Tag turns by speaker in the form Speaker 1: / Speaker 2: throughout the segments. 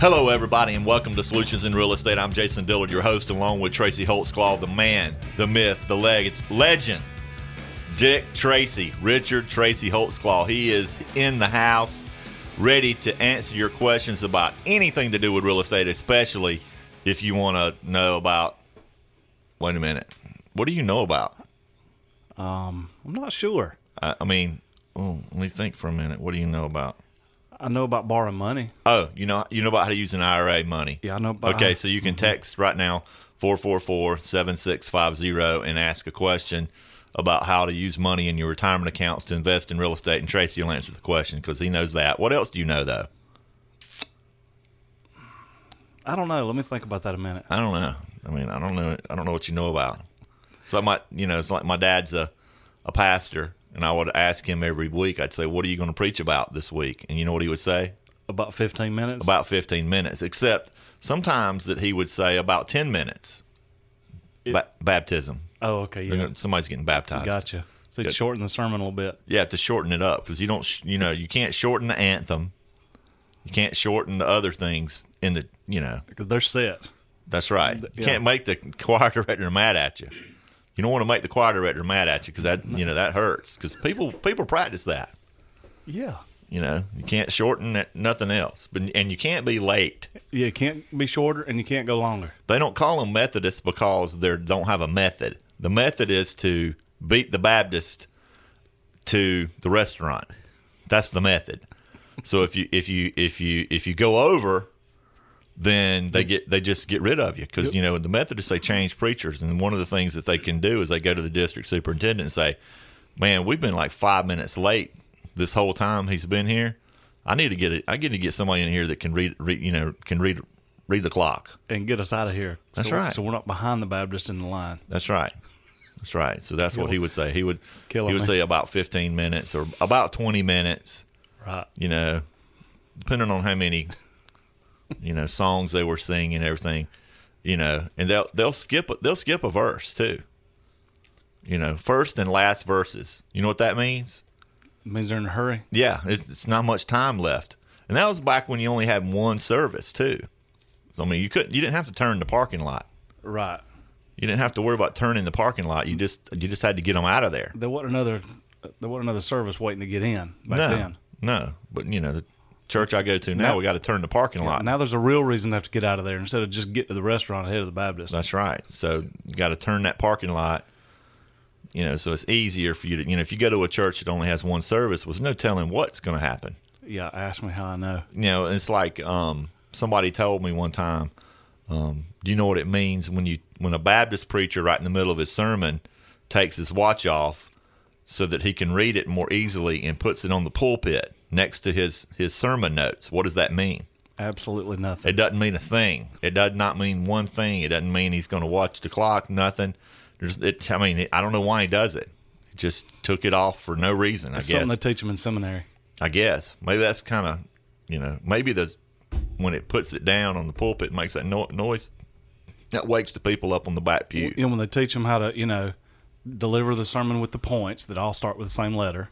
Speaker 1: Hello, everybody, and welcome to Solutions in Real Estate. I'm Jason Dillard, your host, along with Tracy Holtzclaw, the man, the myth, the leg, legend, Dick Tracy, Richard Tracy Holtzclaw. He is in the house, ready to answer your questions about anything to do with real estate, especially if you want to know about. Wait a minute, what do you know about?
Speaker 2: Um, I'm not sure.
Speaker 1: I, I mean, oh, let me think for a minute. What do you know about?
Speaker 2: I know about borrowing money.
Speaker 1: Oh, you know you know about how to use an IRA money.
Speaker 2: Yeah, I know about.
Speaker 1: Okay, so you can text right now 444-7650 and ask a question about how to use money in your retirement accounts to invest in real estate and Tracy will answer the question cuz he knows that. What else do you know though?
Speaker 2: I don't know. Let me think about that a minute.
Speaker 1: I don't know. I mean, I don't know I don't know what you know about. So I might, you know, it's like my dad's a a pastor and I would ask him every week. I'd say, "What are you going to preach about this week?" And you know what he would say?
Speaker 2: About 15 minutes.
Speaker 1: About 15 minutes, except sometimes that he would say about 10 minutes. Ba- baptism.
Speaker 2: oh, okay.
Speaker 1: You
Speaker 2: Yeah.
Speaker 1: know, somebody's getting baptized.
Speaker 2: Gotcha. So you shorten the sermon a little bit.
Speaker 1: You have to shorten it up because you don't, sh- you know, you can't shorten the anthem. You can't shorten the other things in the, you know,
Speaker 2: 'Cause They're set.
Speaker 1: that's right. You
Speaker 2: yeah.
Speaker 1: can't make the choir director mad at you. You don't want to make the choir director mad at you because that, you know, that hurts because people, people practice that.
Speaker 2: Yeah.
Speaker 1: You know, you can't shorten it, nothing else. But, and you can't be late.
Speaker 2: Yeah. It can't be shorter and you can't go longer.
Speaker 1: They don't call them Methodists because they don't have a method. The method is to beat the Baptist to the restaurant. That's the method. So if you if you if you if you go over, then they get they just get rid of you because you know the Methodists they change preachers, and one of the things that they can do is they go to the district superintendent and say, "Man, we've been like five minutes late this whole time he's been here. I need to get it. I need to get somebody in here that can read, read you know can read read the clock."
Speaker 2: And get us out of here.
Speaker 1: That's
Speaker 2: So-
Speaker 1: right.
Speaker 2: So we're not behind the Baptist in the line.
Speaker 1: That's right. That's right. So that's what he would say. He would
Speaker 2: Killing
Speaker 1: he would
Speaker 2: me.
Speaker 1: say about 15 minutes or about 20 minutes,
Speaker 2: Right.
Speaker 1: you know, depending on how many you know songs they were singing and everything, you know, and they'll they'll skip they'll skip a verse too. You know, first and last verses. You know what that means?
Speaker 2: It means they're in a hurry.
Speaker 1: Yeah, it's, it's not much time left. And that was back when you only had one service too. So I mean, you couldn't you didn't have to turn the parking lot.
Speaker 2: Right.
Speaker 1: You didn't have to worry about turning the parking lot.
Speaker 2: Mm.
Speaker 1: You just you just had to get them out of there.
Speaker 2: There wasn't another. There wasn't another service waiting to get in back
Speaker 1: no,
Speaker 2: then.
Speaker 1: No, but you know the church I go to now,
Speaker 2: No.
Speaker 1: we got to turn the parking lot.
Speaker 2: Now there's a real reason to have to get out of there instead of just get to the restaurant ahead of the Baptist.
Speaker 1: That's right. So you got to turn that parking lot. You know, so it's easier for you to you know if you go to a church that only has one service, well, there's no telling what's going to happen.
Speaker 2: yeah. Ask me how I know.
Speaker 1: You know, it's like um, somebody told me one time. Um, do you know what it means when you when a Baptist preacher right in the middle of his sermon takes his watch off so that he can read it more easily and puts it on the pulpit next to his his sermon notes? What does that mean?
Speaker 2: Absolutely nothing.
Speaker 1: It doesn't mean a thing. It does not mean one thing. It doesn't mean he's going to watch the clock. Nothing. There's. It, I mean, I don't know why he does it. He just took it off for no reason. I
Speaker 2: It's
Speaker 1: guess.
Speaker 2: something they teach them in seminary.
Speaker 1: I guess maybe that's kind of, you know, maybe the when it puts it down on the pulpit it makes that no- noise. That wakes the people up on the back pew.
Speaker 2: You know, when they teach them how to, you know, deliver the sermon with the points that all start with the same letter.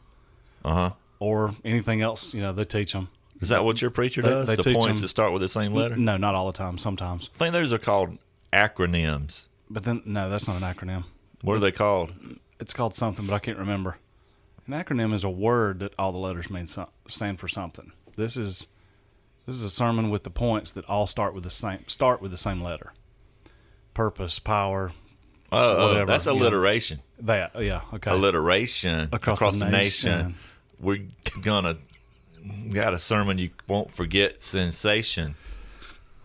Speaker 2: Uh
Speaker 1: Uh-huh.
Speaker 2: Or anything else, you know, they teach them.
Speaker 1: Is that what your preacher
Speaker 2: They-
Speaker 1: does?
Speaker 2: they
Speaker 1: the
Speaker 2: teach
Speaker 1: points
Speaker 2: them-
Speaker 1: that start with the same letter.
Speaker 2: No, not all the time. Sometimes,
Speaker 1: I think those are called acronyms.
Speaker 2: but then no, that's not an acronym.
Speaker 1: What are they called?
Speaker 2: It's called something, but I can't remember. An acronym is a word that all the letters mean so- stand for something. This is this is a sermon with the points that all start with the same start with the same letter. Purpose, power,
Speaker 1: Oh, oh,
Speaker 2: Whatever,
Speaker 1: that's
Speaker 2: yeah.
Speaker 1: alliteration.
Speaker 2: that. Yeah, okay.
Speaker 1: Alliteration
Speaker 2: Across the nation.
Speaker 1: We're gonna got a sermon you won't forget. Sensation.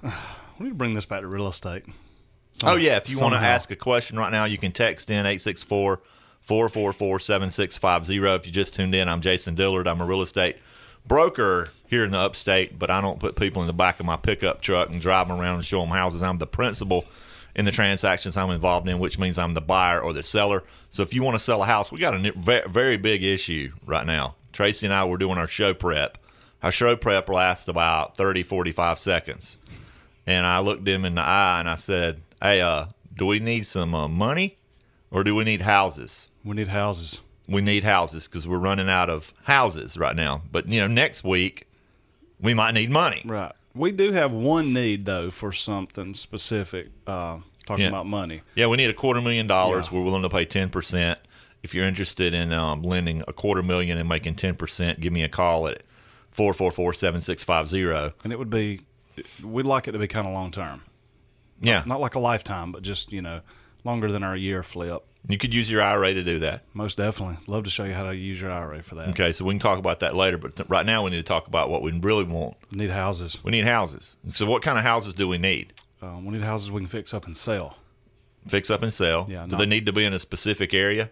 Speaker 2: we need to bring this back to real estate.
Speaker 1: Oh, yeah. If you want to
Speaker 2: Somehow.
Speaker 1: ask a question right now, you can text in 864 444 7650. If you just tuned in, I'm Jason Dillard. I'm a real estate broker here in the upstate, but I don't put people in the back of my pickup truck and drive them around and show them houses. I'm the principal in the transactions I'm involved in, which means I'm the buyer or the seller. So if you want to sell a house, we got a new- ve- very big issue right now. Tracy and I were doing our show prep. Our show prep lasts about 30, 45 seconds and I looked him in the eye and I said, "Hey, uh, do we need some uh, money, or do we need houses?
Speaker 2: we need houses.
Speaker 1: We need houses because we're running out of houses right now. But you know, next week we might need money.
Speaker 2: Right. We do have one need though for something specific. Uh, talking
Speaker 1: Yeah.
Speaker 2: about money.
Speaker 1: Yeah, we need a quarter million dollars.
Speaker 2: Yeah.
Speaker 1: We're willing to pay ten percent. If you're interested in um, lending a quarter million and making ten percent, give me a call at four four four seven six five zero.
Speaker 2: and it would be we'd like it to be kind of long term
Speaker 1: Yeah,
Speaker 2: not like a lifetime but just you know longer than our year flip
Speaker 1: you could use your IRA to do that.
Speaker 2: most definitely love to show you how to use your ira for that
Speaker 1: Okay, so we can talk about that later. But th- right now, we need to talk about what we really want.
Speaker 2: need houses
Speaker 1: We need houses. So, what kind of houses do we need?
Speaker 2: um, we need houses we can fix up and sell
Speaker 1: Fix up and sell.
Speaker 2: Yeah,
Speaker 1: do
Speaker 2: not-
Speaker 1: they need to be in a specific area?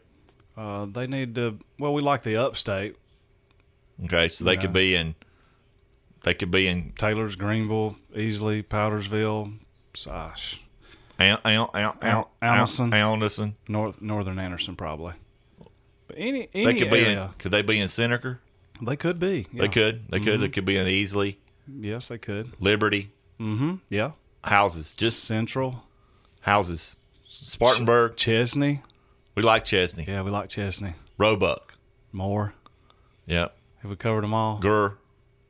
Speaker 2: uh, they need to well we like the upstate
Speaker 1: Okay, so they
Speaker 2: Yeah.
Speaker 1: could be in. They could be in
Speaker 2: taylor's greenville easley powdersville gosh,
Speaker 1: Al- Al- Al- Al- Al-
Speaker 2: Allison.
Speaker 1: Allison.
Speaker 2: north northern anderson probably but any any
Speaker 1: They could be in.
Speaker 2: area
Speaker 1: Could they be in Seneca?
Speaker 2: they could be yeah. Mm-hmm.
Speaker 1: They could. They could. They could be in Easley,
Speaker 2: yes they could
Speaker 1: Liberty,
Speaker 2: mm-hmm yeah
Speaker 1: houses, just
Speaker 2: central
Speaker 1: houses. Spartanburg.
Speaker 2: chesney
Speaker 1: We like Chesney.
Speaker 2: yeah we like chesney
Speaker 1: Roebuck.
Speaker 2: more
Speaker 1: Yeah.
Speaker 2: Have we covered them all?
Speaker 1: Gurr.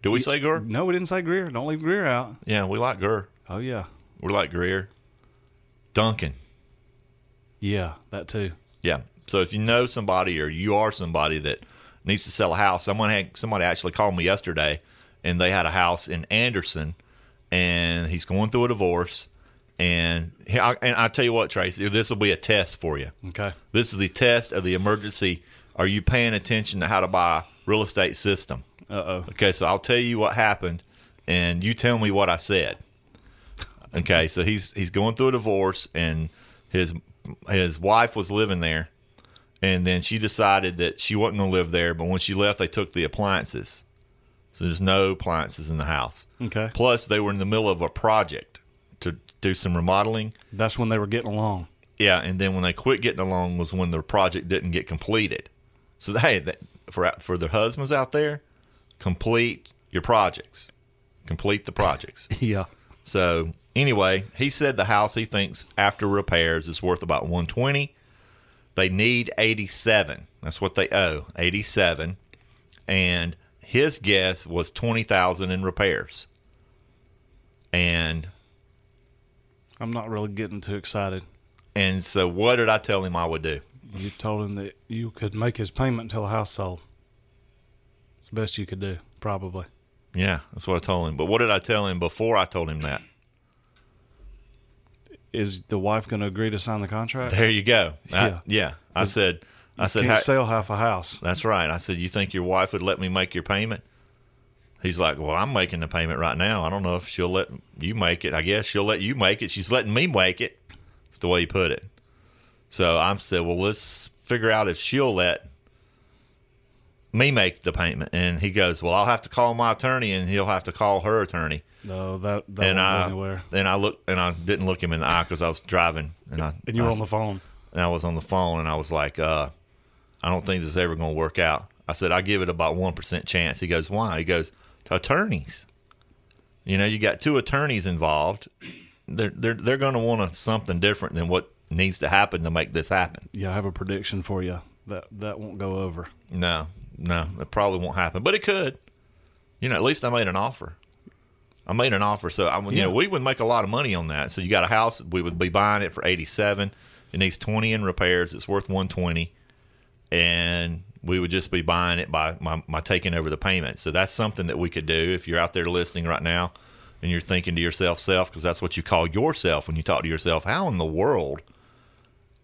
Speaker 1: Do we say Gurr?
Speaker 2: No, we didn't say Greer. Don't leave Greer out.
Speaker 1: Yeah, we like Gurr.
Speaker 2: Oh yeah,
Speaker 1: We like Greer. Duncan.
Speaker 2: yeah, that too.
Speaker 1: Yeah. So if you know somebody or you are somebody that needs to sell a house, someone had somebody actually called me yesterday and they had a house in Anderson and he's going through a divorce and he, I, and I tell you what, Tracy, this will be a test for you.
Speaker 2: Okay,
Speaker 1: This is the test of the emergency. Are you paying attention to how to buy real estate system?
Speaker 2: uh oh,
Speaker 1: Okay, so I'll tell you what happened, and you tell me what I said. Okay, so he's he's going through a divorce, and his his wife was living there, and then she decided that she wasn't going to live there. But when she left, they took the appliances, so there's no appliances in the house.
Speaker 2: okay.
Speaker 1: Plus, they were in the middle of a project to do some remodeling.
Speaker 2: That's when they were getting along.
Speaker 1: Yeah, and then when they quit getting along was when the project didn't get completed. So hey, that, for for the husbands out there, complete your projects, complete the projects.
Speaker 2: Yeah.
Speaker 1: so anyway, he said the house he thinks after repairs is worth about one twenty. They need eighty seven. That's what they owe eighty seven, and his guess was twenty thousand in repairs. And
Speaker 2: I'm not really getting too excited.
Speaker 1: and so what did I tell him I would do?
Speaker 2: You told him that you could make his payment until the house sold. It's the best you could do, probably.
Speaker 1: Yeah, that's what I told him. But what did I tell him before I told him that?
Speaker 2: Is the wife going to agree to sign the contract?
Speaker 1: There you go. I-
Speaker 2: Yeah.
Speaker 1: yeah. I said, I said,
Speaker 2: Can't
Speaker 1: "Hey,"
Speaker 2: sell half a house.
Speaker 1: that's right. I said, you think your wife would let me make your payment? He's like, well, I'm making the payment right now. I don't know if she'll let you make it. I guess she'll let you make it. She's letting me make it. That's the way he put it. So I said, well, let's figure out if she'll let me make the payment. And he goes, well, I'll have to call my attorney and he'll have to call her attorney.
Speaker 2: No, that that
Speaker 1: and
Speaker 2: won't go
Speaker 1: I
Speaker 2: anywhere.
Speaker 1: and I looked and I didn't look him in the eye because I was driving and I
Speaker 2: And you were
Speaker 1: I,
Speaker 2: on the phone.
Speaker 1: and I was on the phone and I was like, uh, I don't think this is ever going to work out. I said I give it about one percent chance. He goes, why? He goes, to attorneys. You know, you got two attorneys involved. They're they're they're going to want something different than what needs to happen to make this happen.
Speaker 2: Yeah, I have a prediction for you. That that won't go over.
Speaker 1: No, no, it probably won't happen, but it could. You know, at least I made an offer. I made an offer, so I, you
Speaker 2: Yeah.
Speaker 1: know we would make a lot of money on that. So you got a house, we would be buying it for eighty seven. It needs twenty in repairs. It's worth one twenty, and we would just be buying it by my, my taking over the payment. So that's something that we could do if you're out there listening right now, and you're thinking to yourself, self, because that's what you call yourself when you talk to yourself. How in the world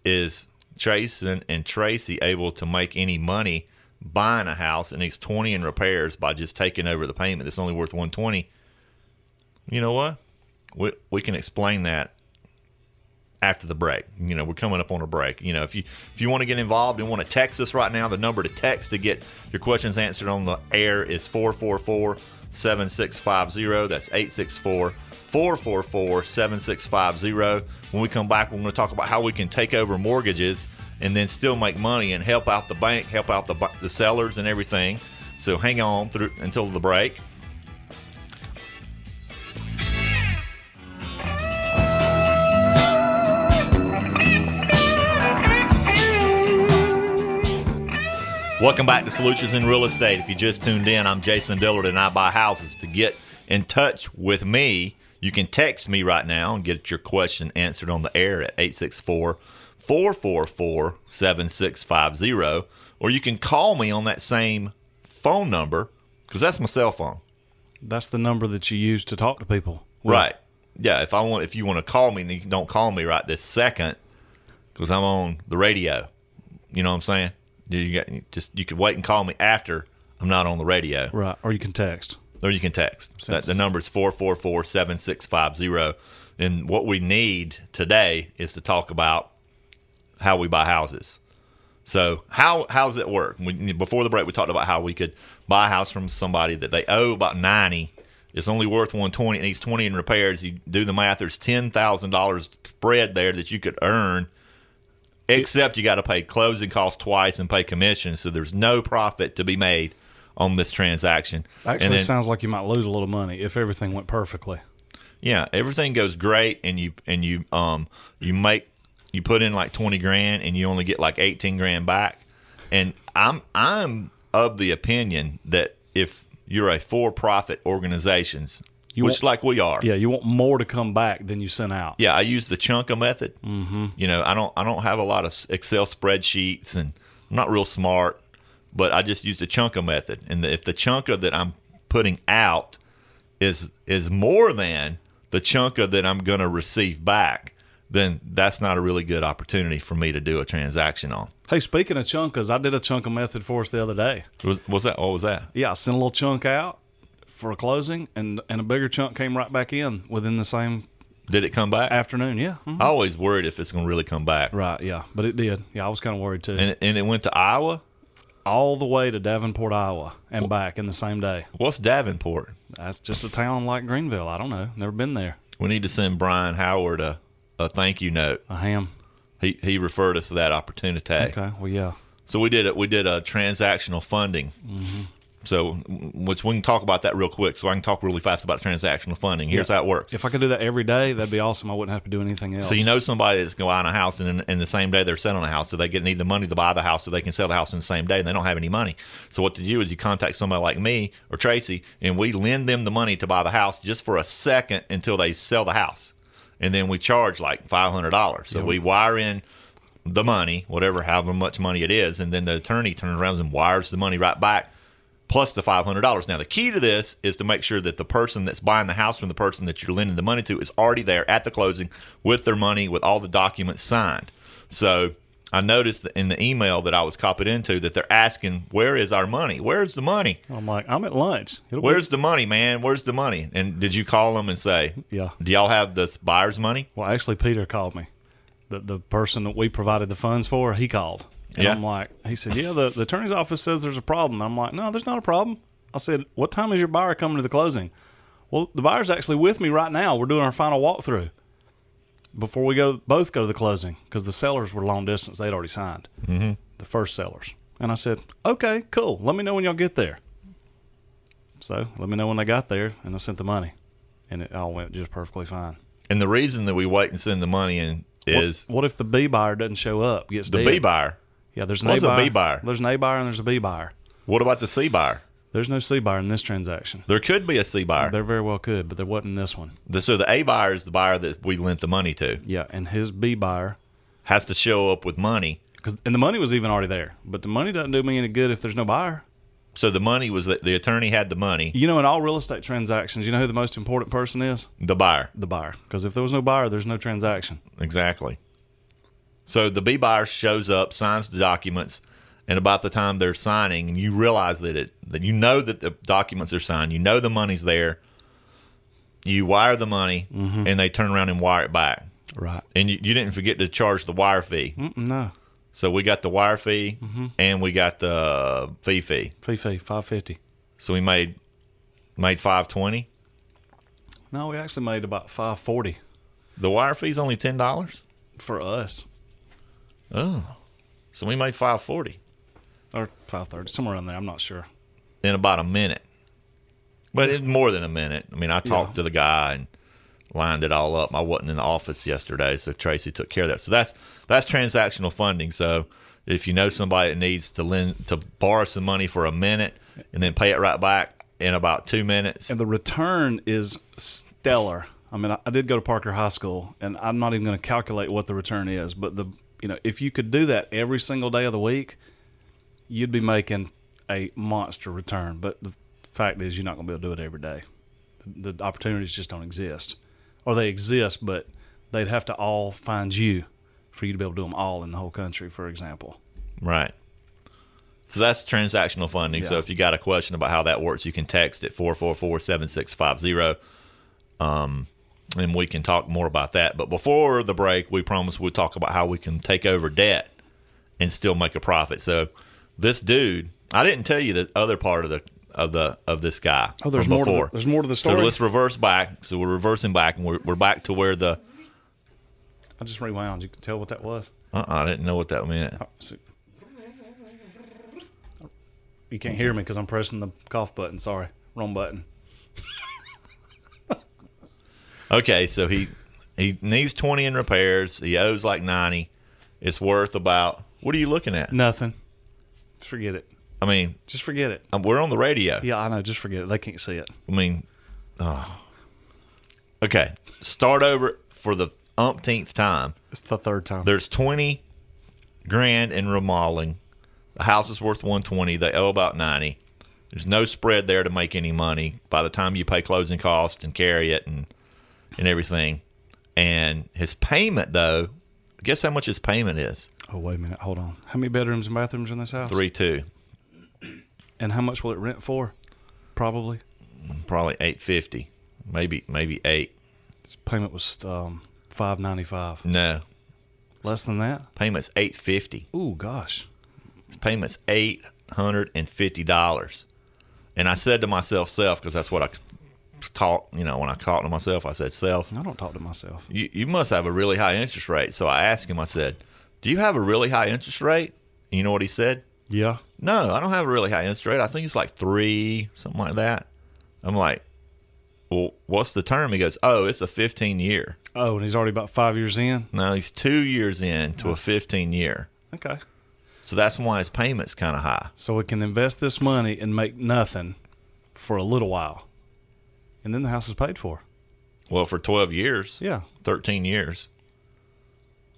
Speaker 1: is Trace and, and Tracy able to make any money buying a house and needs 20 in repairs by just taking over the payment that's only worth 120 you know what we, we can explain that after the break you know we're coming up on a break you know if you if you want to get involved and want to text us right now the number to text to get your questions answered on the air is 444 7650 that's 864 444 7650 when we come back we're going to talk about how we can take over mortgages and then still make money and help out the bank help out the, bu- the sellers and everything so hang on through until the break Welcome back to Solutions in Real Estate. If you just tuned in, I'm Jason Dillard and I buy houses. To get in touch with me, you can text me right now and get your question answered on the air at 864 444 7650. Or you can call me on that same phone number because that's my cell phone.
Speaker 2: That's the number that you use to talk to people. with.
Speaker 1: Right. Yeah. If I want, if you want to call me, then you don't call me right this second because I'm on the radio. You know what I'm saying? You got you just you could wait and call me after I'm not on the radio,
Speaker 2: Right. Or you can text.
Speaker 1: or you can text. So that, the number is four four four seven six five zero. And what we need today is to talk about how we buy houses. So how how's it work? We, before the break, we talked about how we could buy a house from somebody that they owe about ninety. It's only worth one twenty, and he's twenty in repairs. You do the math. There's ten thousand dollars spread there that you could earn, except you got to pay closing costs twice and pay commission. So there's no profit to be made on this transaction. And
Speaker 2: Actually,
Speaker 1: then-
Speaker 2: sounds like you might lose a little money if everything went perfectly.
Speaker 1: yeah, everything goes great, and you and you um you make you put in like twenty grand, and you only get like eighteen grand back. And I'm I'm of the opinion that if you're a for-profit organizations,
Speaker 2: You
Speaker 1: which
Speaker 2: won't-
Speaker 1: like we are,
Speaker 2: Yeah, you want more to come back than you sent out.
Speaker 1: yeah, I use the Chunka method. Mm-hmm. You know, I don't I don't have a lot of Excel spreadsheets, and I'm not real smart, but I just use the Chunka method. And if the Chunka that I'm putting out is is more than the Chunka that I'm going to receive back, then that's not a really good opportunity for me to do a transaction on.
Speaker 2: Hey, speaking of chunkas, I did a chunk of method for us the other day.
Speaker 1: Was, was that? What was that?
Speaker 2: Yeah, I sent a little chunk out for a closing, and and a bigger chunk came right back in within the same
Speaker 1: Did it come back?
Speaker 2: afternoon. Yeah, mhm.
Speaker 1: I always worried if it's going to really come back.
Speaker 2: right. Yeah, but it did. Yeah, I was kind of worried too.
Speaker 1: And it, and it went to Iowa.
Speaker 2: All the way to Davenport, Iowa, and back in the same day.
Speaker 1: What's Davenport?
Speaker 2: That's just a town like Greenville. I don't know. Never been there.
Speaker 1: We need to send Brian Howard a, a thank you note.
Speaker 2: I ham.
Speaker 1: He he referred us to that opportunity.
Speaker 2: Okay. Well, yeah.
Speaker 1: So we did it. We did a transactional funding. So which we can talk about that real quick. So I can talk really fast about transactional funding. Here's how it works.
Speaker 2: If I could do that every day, that'd be awesome. I wouldn't have to do anything else.
Speaker 1: So you know somebody that's going to buy a house, and, and the same day they're selling a house, so they get need the money to buy the house, so they can sell the house in the same day, and they don't have any money. So what to do is you contact somebody like me or Tracy, and we lend them the money to buy the house just for a second until they sell the house, and then we charge like five hundred dollars. So we wire in the money, whatever, however much money it is, and then the attorney turns around and wires the money right back plus the $500. Now, the key to this is to make sure that the person that's buying the house from the person that you're lending the money to is already there at the closing with their money, with all the documents signed. So I noticed that in the email that I was copied into that they're asking, Where is our money? Where's the money?
Speaker 2: I'm like, I'm at lunch. It'll
Speaker 1: Where's the money, man? Where's the money? And did you call them and say,
Speaker 2: Yeah.
Speaker 1: Do y'all have this buyer's money?
Speaker 2: Well, actually, Peter called me. The the person that we provided the funds for, he called. And
Speaker 1: Yeah.
Speaker 2: I'm like, he said, yeah, the, the attorney's office says there's a problem. I'm like, no, there's not a problem. I said, what time is your buyer coming to the closing? Well, the buyer's actually with me right now. We're doing our final walkthrough before we go both go to the closing because the sellers were long distance. They'd already signed mm-hmm. the first sellers. And I said, okay, cool. Let me know when y'all get there. So let me know when they got there, and I sent the money, and it all went just perfectly fine.
Speaker 1: And the reason that we wait and send the money in
Speaker 2: What-
Speaker 1: is
Speaker 2: what, if the B buyer doesn't show up? Gets
Speaker 1: the
Speaker 2: dead?
Speaker 1: B buyer.
Speaker 2: Yeah, there's an
Speaker 1: What's
Speaker 2: a,
Speaker 1: a
Speaker 2: buyer,
Speaker 1: B buyer?
Speaker 2: There's an A buyer and there's a B buyer.
Speaker 1: What about the C buyer?
Speaker 2: There's no C buyer in this transaction.
Speaker 1: There could be a C buyer.
Speaker 2: There very well could, but there wasn't in this one.
Speaker 1: The- so the A buyer is the buyer that we lent the money to.
Speaker 2: Yeah, and his B buyer,
Speaker 1: has to show up with money.
Speaker 2: because and the money was even already there, but the money doesn't do me any good if there's no buyer.
Speaker 1: So the money was that the attorney had the money,
Speaker 2: You know, in all real estate transactions, you know who the most important person is?
Speaker 1: the buyer.
Speaker 2: The buyer. Because if there was no buyer, there's no transaction.
Speaker 1: Exactly. So the B buyer shows up, signs the documents, and about the time they're signing, and you realize that it that you know that the documents are signed, you know the money's there. You wire the money, and they turn around and wire it back,
Speaker 2: Right.
Speaker 1: and you, you didn't forget to charge the wire fee.
Speaker 2: Mm-mm, no,
Speaker 1: So we got the wire fee, and we got the fee fee.
Speaker 2: fee fee five fifty.
Speaker 1: So we made made five twenty.
Speaker 2: No, we actually made about five forty
Speaker 1: The wire fee's only ten dollars.
Speaker 2: for us
Speaker 1: Oh, so we made five forty
Speaker 2: or five thirty somewhere around there. I'm not sure.
Speaker 1: in about a minute, but in more than a minute. I mean, I talked
Speaker 2: Yeah.
Speaker 1: to the guy and lined it all up. I wasn't in the office yesterday, so Tracy took care of that. So that's that's transactional funding. So if you know somebody that needs to lend to borrow some money for a minute and then pay it right back, in about two minutes.
Speaker 2: And the return is stellar. I mean, I, I did go to Parker High School, and I'm not even going to calculate what the return is, but the you know if you could do that every single day of the week, you'd be making a monster return. But the fact is, you're not going to be able to do it every day. The, the opportunities just don't exist, or they exist, but they'd have to all find you for you to be able to do them all in the whole country, for example.
Speaker 1: Right. So that's transactional funding. So
Speaker 2: Yeah.
Speaker 1: if you got a question about how that works, you can text at 444-7650. Um, and we can talk more about that. But before the break, we promised we'd talk about how we can take over debt and still make a profit. So this dude, I didn't tell you the other part of the of the of this guy.
Speaker 2: Oh, there's
Speaker 1: from
Speaker 2: more. To
Speaker 1: before.
Speaker 2: the, there's more to the
Speaker 1: so
Speaker 2: story.
Speaker 1: let's reverse back. So we're reversing back, and we're, we're back to where the
Speaker 2: I just rewound. You can tell what that was.
Speaker 1: uh I didn't know what that meant.
Speaker 2: Oh, so- You can't hear me because I'm pressing the cough button. Sorry, wrong button.
Speaker 1: Okay, so he he needs twenty in repairs. He owes like ninety. It's worth about what are you looking at?
Speaker 2: Nothing. Forget it.
Speaker 1: I mean,
Speaker 2: Just forget it.
Speaker 1: um, we're on the radio.
Speaker 2: Yeah, I know. Just forget it. They can't see it.
Speaker 1: I mean, oh. okay. Start over for the umpteenth time.
Speaker 2: It's the third time.
Speaker 1: There's twenty grand in remodeling. The house is worth one twenty. They owe about ninety. There's no spread there to make any money by the time you pay closing costs and carry it and and everything. And his payment though, guess how much his payment is?
Speaker 2: Oh wait a minute. Hold on. How many bedrooms and bathrooms in this house?
Speaker 1: Three two,
Speaker 2: And how much will it rent for? Probably.
Speaker 1: probably eight fifty, maybe maybe eight.
Speaker 2: This payment was um, five ninety five.
Speaker 1: No,
Speaker 2: Less than that.
Speaker 1: payment's eight fifty.
Speaker 2: Ooh gosh.
Speaker 1: His payment's eight hundred and fifty dollars. And I said to myself, self, because that's what I taught. You know, when I talked to myself, I said, self,
Speaker 2: I don't talk to myself.
Speaker 1: you, you must have a really high interest rate. So I asked him, I said, do you have a really high interest rate? And you know what he said?
Speaker 2: Yeah.
Speaker 1: No, I don't have a really high interest rate. I think it's like three, something like that. I'm like, well, what's the term? He goes, oh, it's a 15 year.
Speaker 2: Oh, and he's already about five years in.
Speaker 1: No, he's two years in to a 15 year.
Speaker 2: Okay.
Speaker 1: So that's why his payment's kind of high.
Speaker 2: So we can invest this money and make nothing for a little while, and then the house is paid for.
Speaker 1: Well, for 12 years,
Speaker 2: Yeah.
Speaker 1: 13 years.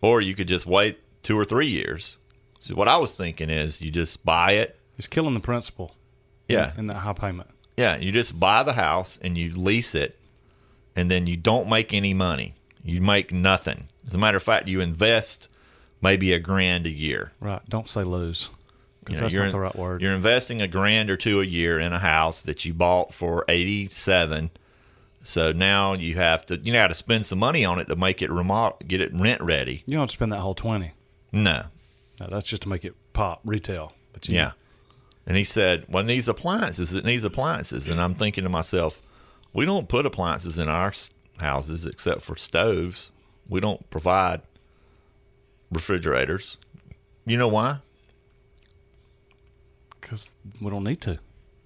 Speaker 1: Or you could just wait two or three years. So what I was thinking is you just buy it.
Speaker 2: It's killing the principal.
Speaker 1: Yeah.
Speaker 2: In that high payment.
Speaker 1: Yeah. You just buy the house and you lease it, and then you don't make any money. You make nothing. As a matter of fact, you invest maybe a grand a year.
Speaker 2: Right. Don't say lose.
Speaker 1: You
Speaker 2: Because
Speaker 1: know,
Speaker 2: that's
Speaker 1: you're
Speaker 2: not
Speaker 1: in-
Speaker 2: the right word.
Speaker 1: You're investing a grand or two a year in a house that you bought for eighty seven. So now you have to you know how to spend some money on it to make it remodel, get it rent ready.
Speaker 2: You don't have to spend that whole twenty.
Speaker 1: No,
Speaker 2: No, that's just to make it pop retail. But you
Speaker 1: yeah. And he said, "Well, it needs appliances. It needs appliances." And I'm thinking to myself, "We don't put appliances in our s- houses except for stoves. We don't provide refrigerators. You know why?
Speaker 2: because we don't need to.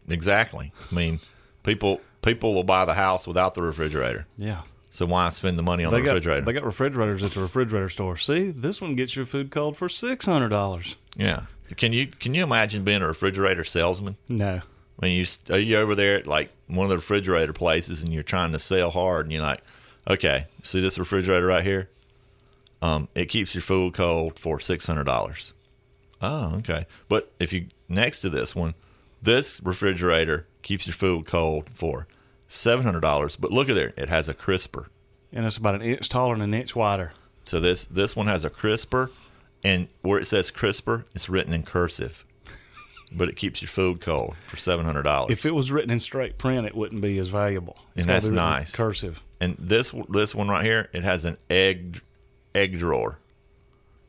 Speaker 1: Exactly. I mean, people people will buy the house without the refrigerator."
Speaker 2: Yeah.
Speaker 1: So why spend the money on
Speaker 2: They
Speaker 1: the
Speaker 2: got,
Speaker 1: refrigerator?
Speaker 2: they got refrigerators at the refrigerator store. See, this one gets your food cold for six hundred dollars.
Speaker 1: yeah. Can you can you imagine being a refrigerator salesman?
Speaker 2: No,
Speaker 1: I mean, you st- are you over there at like one of the refrigerator places and you're trying to sell hard and you're like, okay, see this refrigerator right here? Um, it keeps your food cold for six hundred dollars. Oh, okay. But if you next to this one, this refrigerator keeps your food cold for seven hundred dollars. But look at there, it has a crisper.
Speaker 2: and it's about an inch taller and an inch wider.
Speaker 1: So this this one has a crisper, and where it says crisper, it's written in cursive, but it keeps your food cold for seven hundred dollars.
Speaker 2: If it was written in straight print, it wouldn't be as valuable.
Speaker 1: And
Speaker 2: It's gotta
Speaker 1: that's
Speaker 2: be written in
Speaker 1: nice.
Speaker 2: Cursive.
Speaker 1: And this this one right here, it has an egg egg drawer.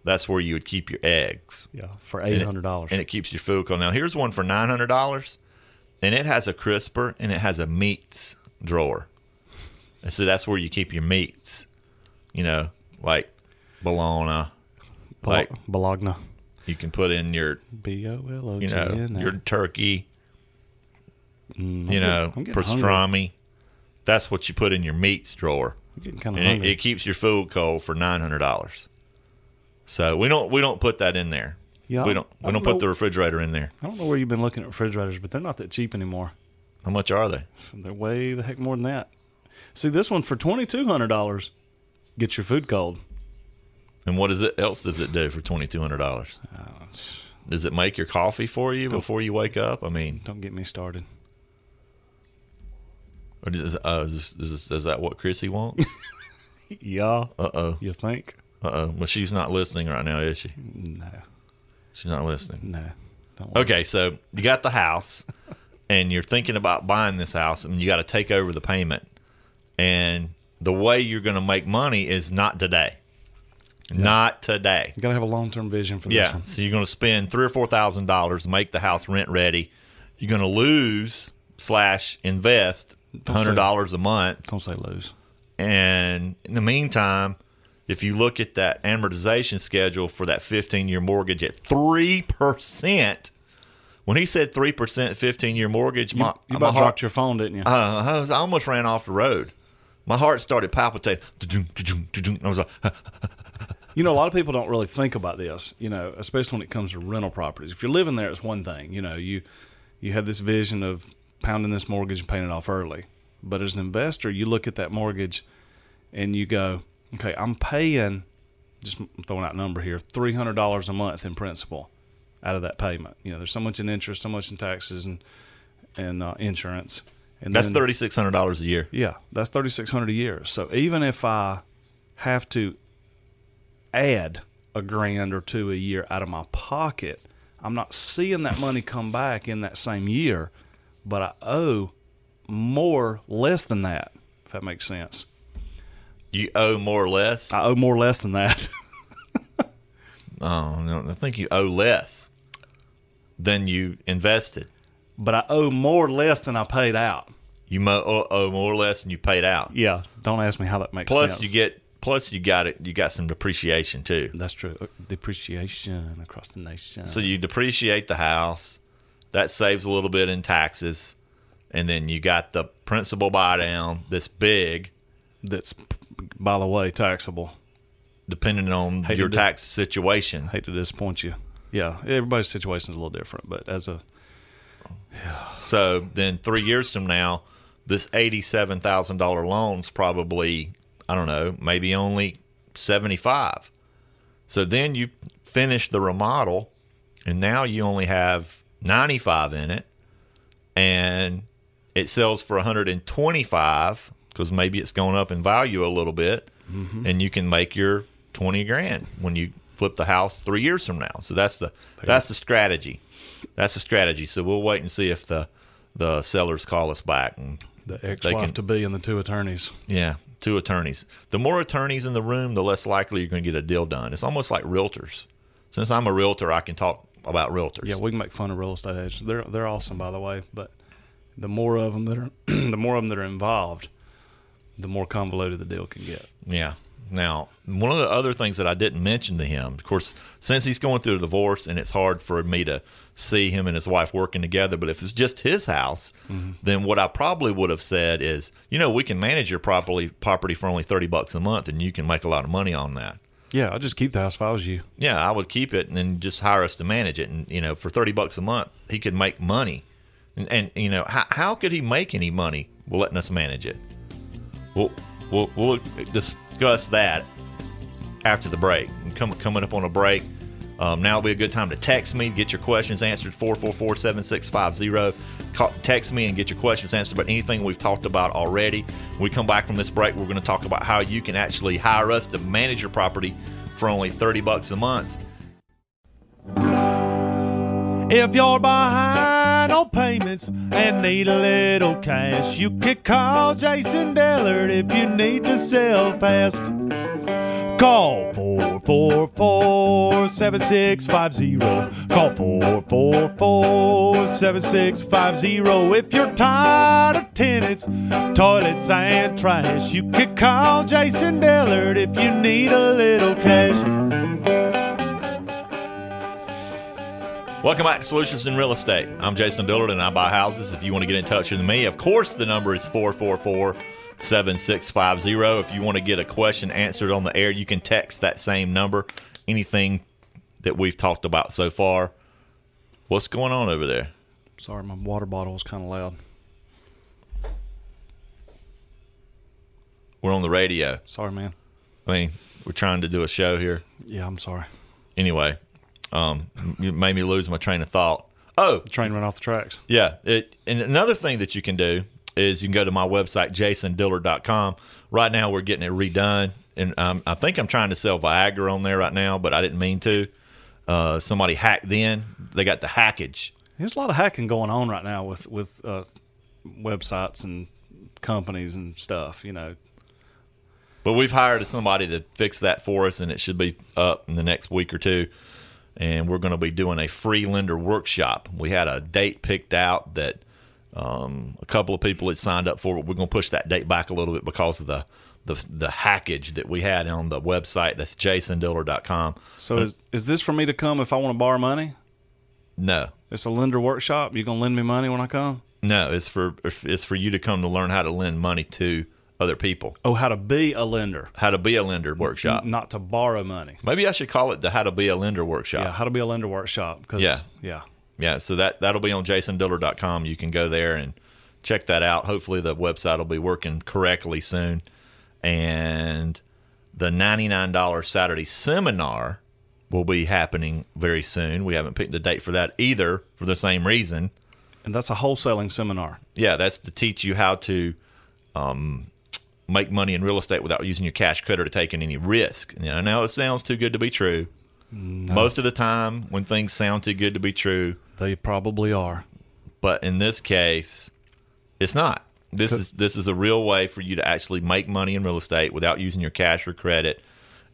Speaker 1: That's where you would keep your eggs,
Speaker 2: Yeah, for
Speaker 1: And
Speaker 2: eight
Speaker 1: it-
Speaker 2: hundred dollars.
Speaker 1: and it keeps your food cold. Now here's one for nine hundred dollars, and it has a crisper and it has a meats drawer, and so that's where you keep your meats. You know, like bologna. like-
Speaker 2: Bologna.
Speaker 1: You can put in your
Speaker 2: B o l o g
Speaker 1: you know,
Speaker 2: n.
Speaker 1: your turkey,
Speaker 2: Mm,
Speaker 1: you
Speaker 2: I'm
Speaker 1: know,
Speaker 2: getting- I'm getting
Speaker 1: pastrami.
Speaker 2: hungry.
Speaker 1: That's what you put in your meats drawer,
Speaker 2: I'm getting kind of
Speaker 1: and it,
Speaker 2: hungry.
Speaker 1: it keeps your food cold for nine hundred dollars. So we don't we don't put that in there.
Speaker 2: Yeah,
Speaker 1: we don't
Speaker 2: I
Speaker 1: we don't
Speaker 2: don't
Speaker 1: put the
Speaker 2: know-
Speaker 1: refrigerator in there.
Speaker 2: I don't know where you've been looking at refrigerators, but they're not that cheap anymore.
Speaker 1: How much are they?
Speaker 2: They're way the heck more than that. See, this one for twenty two hundred dollars gets your food cold.
Speaker 1: And what is it else does it do for twenty two hundred dollars?
Speaker 2: Oh,
Speaker 1: Does it make your coffee for you before you wake up? I mean,
Speaker 2: don't get me started.
Speaker 1: or does, uh, is, this- is, this- is that what Chrissy wants?
Speaker 2: Yeah,
Speaker 1: Uh oh.
Speaker 2: you think?
Speaker 1: Uh oh. Well, she's not listening right now, is she?
Speaker 2: No,
Speaker 1: She's not listening.
Speaker 2: no. Don't worry.
Speaker 1: Okay, so you got the house, and you're thinking about buying this house, and you got to take over the payment. And the way you're going to make money is not today, not today.
Speaker 2: You gotta have a long term vision for this
Speaker 1: Yeah,
Speaker 2: one.
Speaker 1: so you're going to spend three or four thousand dollars, make the house rent ready. You're going to lose slash invest
Speaker 2: Don't say-
Speaker 1: hundred dollars a month,
Speaker 2: Don't say lose.
Speaker 1: and in the meantime. If you look at that amortization schedule for that 15 year mortgage at 3%, when he said 3% 15 year mortgage,
Speaker 2: You,
Speaker 1: my,
Speaker 2: you
Speaker 1: my
Speaker 2: about dropped
Speaker 1: heart,
Speaker 2: your phone, didn't you?
Speaker 1: uh, I, was, I almost ran off the road. My heart started palpitating. Du-dum, du-dum, du-dum. And I was like,
Speaker 2: You know, a lot of people don't really think about this, you know, especially when it comes to rental properties. If you're living there, it's one thing. You know, you you had this vision of pounding this mortgage and paying it off early. But as an investor, you look at that mortgage and you go, okay, I'm paying, just I'm throwing out a number here, $300 a month in principal out of that payment. You know, there's so much in interest, so much in taxes and, and uh, insurance. And
Speaker 1: that's
Speaker 2: then-
Speaker 1: $3,600 a year.
Speaker 2: yeah, that's thirty six hundred a year. So even if I have to add a grand or two a year out of my pocket, I'm not seeing that money come back in that same year, but I owe more less than that, if that makes sense.
Speaker 1: You owe more or less.
Speaker 2: I owe more less than that.
Speaker 1: Oh no, I think you owe less than you invested.
Speaker 2: but I owe more less than I paid out.
Speaker 1: You mo- owe owe more or less than you paid out.
Speaker 2: Yeah. Don't ask me how that makes
Speaker 1: Plus
Speaker 2: sense.
Speaker 1: you get plus you got it. You got some depreciation too.
Speaker 2: that's true. Uh, Depreciation across the nation.
Speaker 1: So you depreciate the house. That saves a little bit in taxes, and then you got the principal buy down. This big,
Speaker 2: that's by the way, taxable.
Speaker 1: depending on
Speaker 2: Hey,
Speaker 1: your
Speaker 2: dude.
Speaker 1: tax situation.
Speaker 2: hate to disappoint you. Yeah, everybody's situation is a little different, but as a
Speaker 1: So then three years from now, this eighty-seven thousand dollar loan's probably I don't know, maybe only seventy-five. So then you finish the remodel, and now you only have ninety-five in it, and it sells for one hundred and twenty-five because maybe it's gone up in value a little bit, and you can make your twenty grand when you flip the house three years from now. So that's the that's the strategy. That's the strategy. So we'll wait and see if the the sellers call us back and
Speaker 2: the
Speaker 1: They
Speaker 2: ex-wife
Speaker 1: can-
Speaker 2: to be and the two attorneys,
Speaker 1: yeah, two attorneys. The more attorneys in the room, the less likely you're going to get a deal done. It's almost like realtors. Since I'm a realtor, I can talk about realtors.
Speaker 2: yeah, we can make fun of real estate agents. They're they're awesome, by the way, but the more of them that are the more of them that are involved, the more convoluted the deal can get.
Speaker 1: Yeah. Now, one of the other things that I didn't mention to him, of course, since he's going through a divorce and it's hard for me to see him and his wife working together, but if it's just his house, then what I probably would have said is, you know, we can manage your property property for only 30 bucks a month and you can make a lot of money on that.
Speaker 2: Yeah, I'll just keep the house if I was you.
Speaker 1: Yeah, I would keep it and then just hire us to manage it. And you know, for thirty bucks a month, he could make money. And, and you know, how, how could he make any money letting us manage it? We'll, we'll we'll discuss that after the break. And come, coming up on a break. Um, now will be a good time to text me, get your questions answered, 444 7650. Text me and get your questions answered about anything we've talked about already. When we come back from this break, we're going to talk about how you can actually hire us to manage your property for only 30 bucks a month.
Speaker 3: If you're behind on payments and need a little cash, you can call Jason Dellard if you need to sell fast. Call 444 7650. Call 444 7650. If you're tired of tenants, toilets, and trash, you can call Jason Dellard if you need a little cash.
Speaker 1: Welcome back to Solutions in Real Estate. I'm Jason Dillard and I buy houses. If you want to get in touch with me, of course, the number is 444 7650. If you want to get a question answered on the air, you can text that same number. Anything that we've talked about so far. What's going on over there?
Speaker 2: Sorry, my water bottle was kind of loud.
Speaker 1: We're on the radio.
Speaker 2: Sorry, man.
Speaker 1: I mean, we're trying to do a show here.
Speaker 2: Yeah, I'm sorry.
Speaker 1: Anyway, um, you made me lose my train of thought. Oh,
Speaker 2: Train ran off the tracks.
Speaker 1: yeah. It, and another thing that you can do is you can go to my website, jasondillard.com. Right now, we're getting it redone. And um, I think I'm trying to sell Viagra on there right now, but I didn't mean to. Uh, somebody hacked in. They got the hackage.
Speaker 2: There's a lot of hacking going on right now with with uh, websites and companies and stuff. You know,
Speaker 1: But we've hired somebody to fix that for us, and it should be up in the next week or two. And we're going to be doing a free lender workshop. We had a date picked out that um, a couple of people had signed up for, but we're going to push that date back a little bit because of the the, the hackage that we had on the website. That's jasondiller.com.
Speaker 2: so is is this for me to come if I want to borrow money?
Speaker 1: No,
Speaker 2: It's a lender workshop. You gonna lend me money when I come?
Speaker 1: no, it's for it's for you to come to learn how to lend money to other people.
Speaker 2: Oh, how to be a lender,
Speaker 1: How to be a lender workshop.
Speaker 2: not to borrow money.
Speaker 1: Maybe I should call it the How to Be a Lender workshop.
Speaker 2: Yeah, how to be a lender workshop. 'cause-
Speaker 1: Yeah.
Speaker 2: yeah.
Speaker 1: yeah so that that'll be on jasondiller.com you can go there and check that out hopefully the website will be working correctly soon and the $99 saturday seminar will be happening very soon we haven't picked a date for that either for the same reason
Speaker 2: And that's a wholesaling seminar.
Speaker 1: yeah that's to teach you how to um, make money in real estate without using your cash credit or taking any risk you know, i know it sounds too good to be true most of the time when things sound too good to be true
Speaker 2: They probably are.
Speaker 1: but in this case it's not this is this is a real way for you to actually make money in real estate without using your cash or credit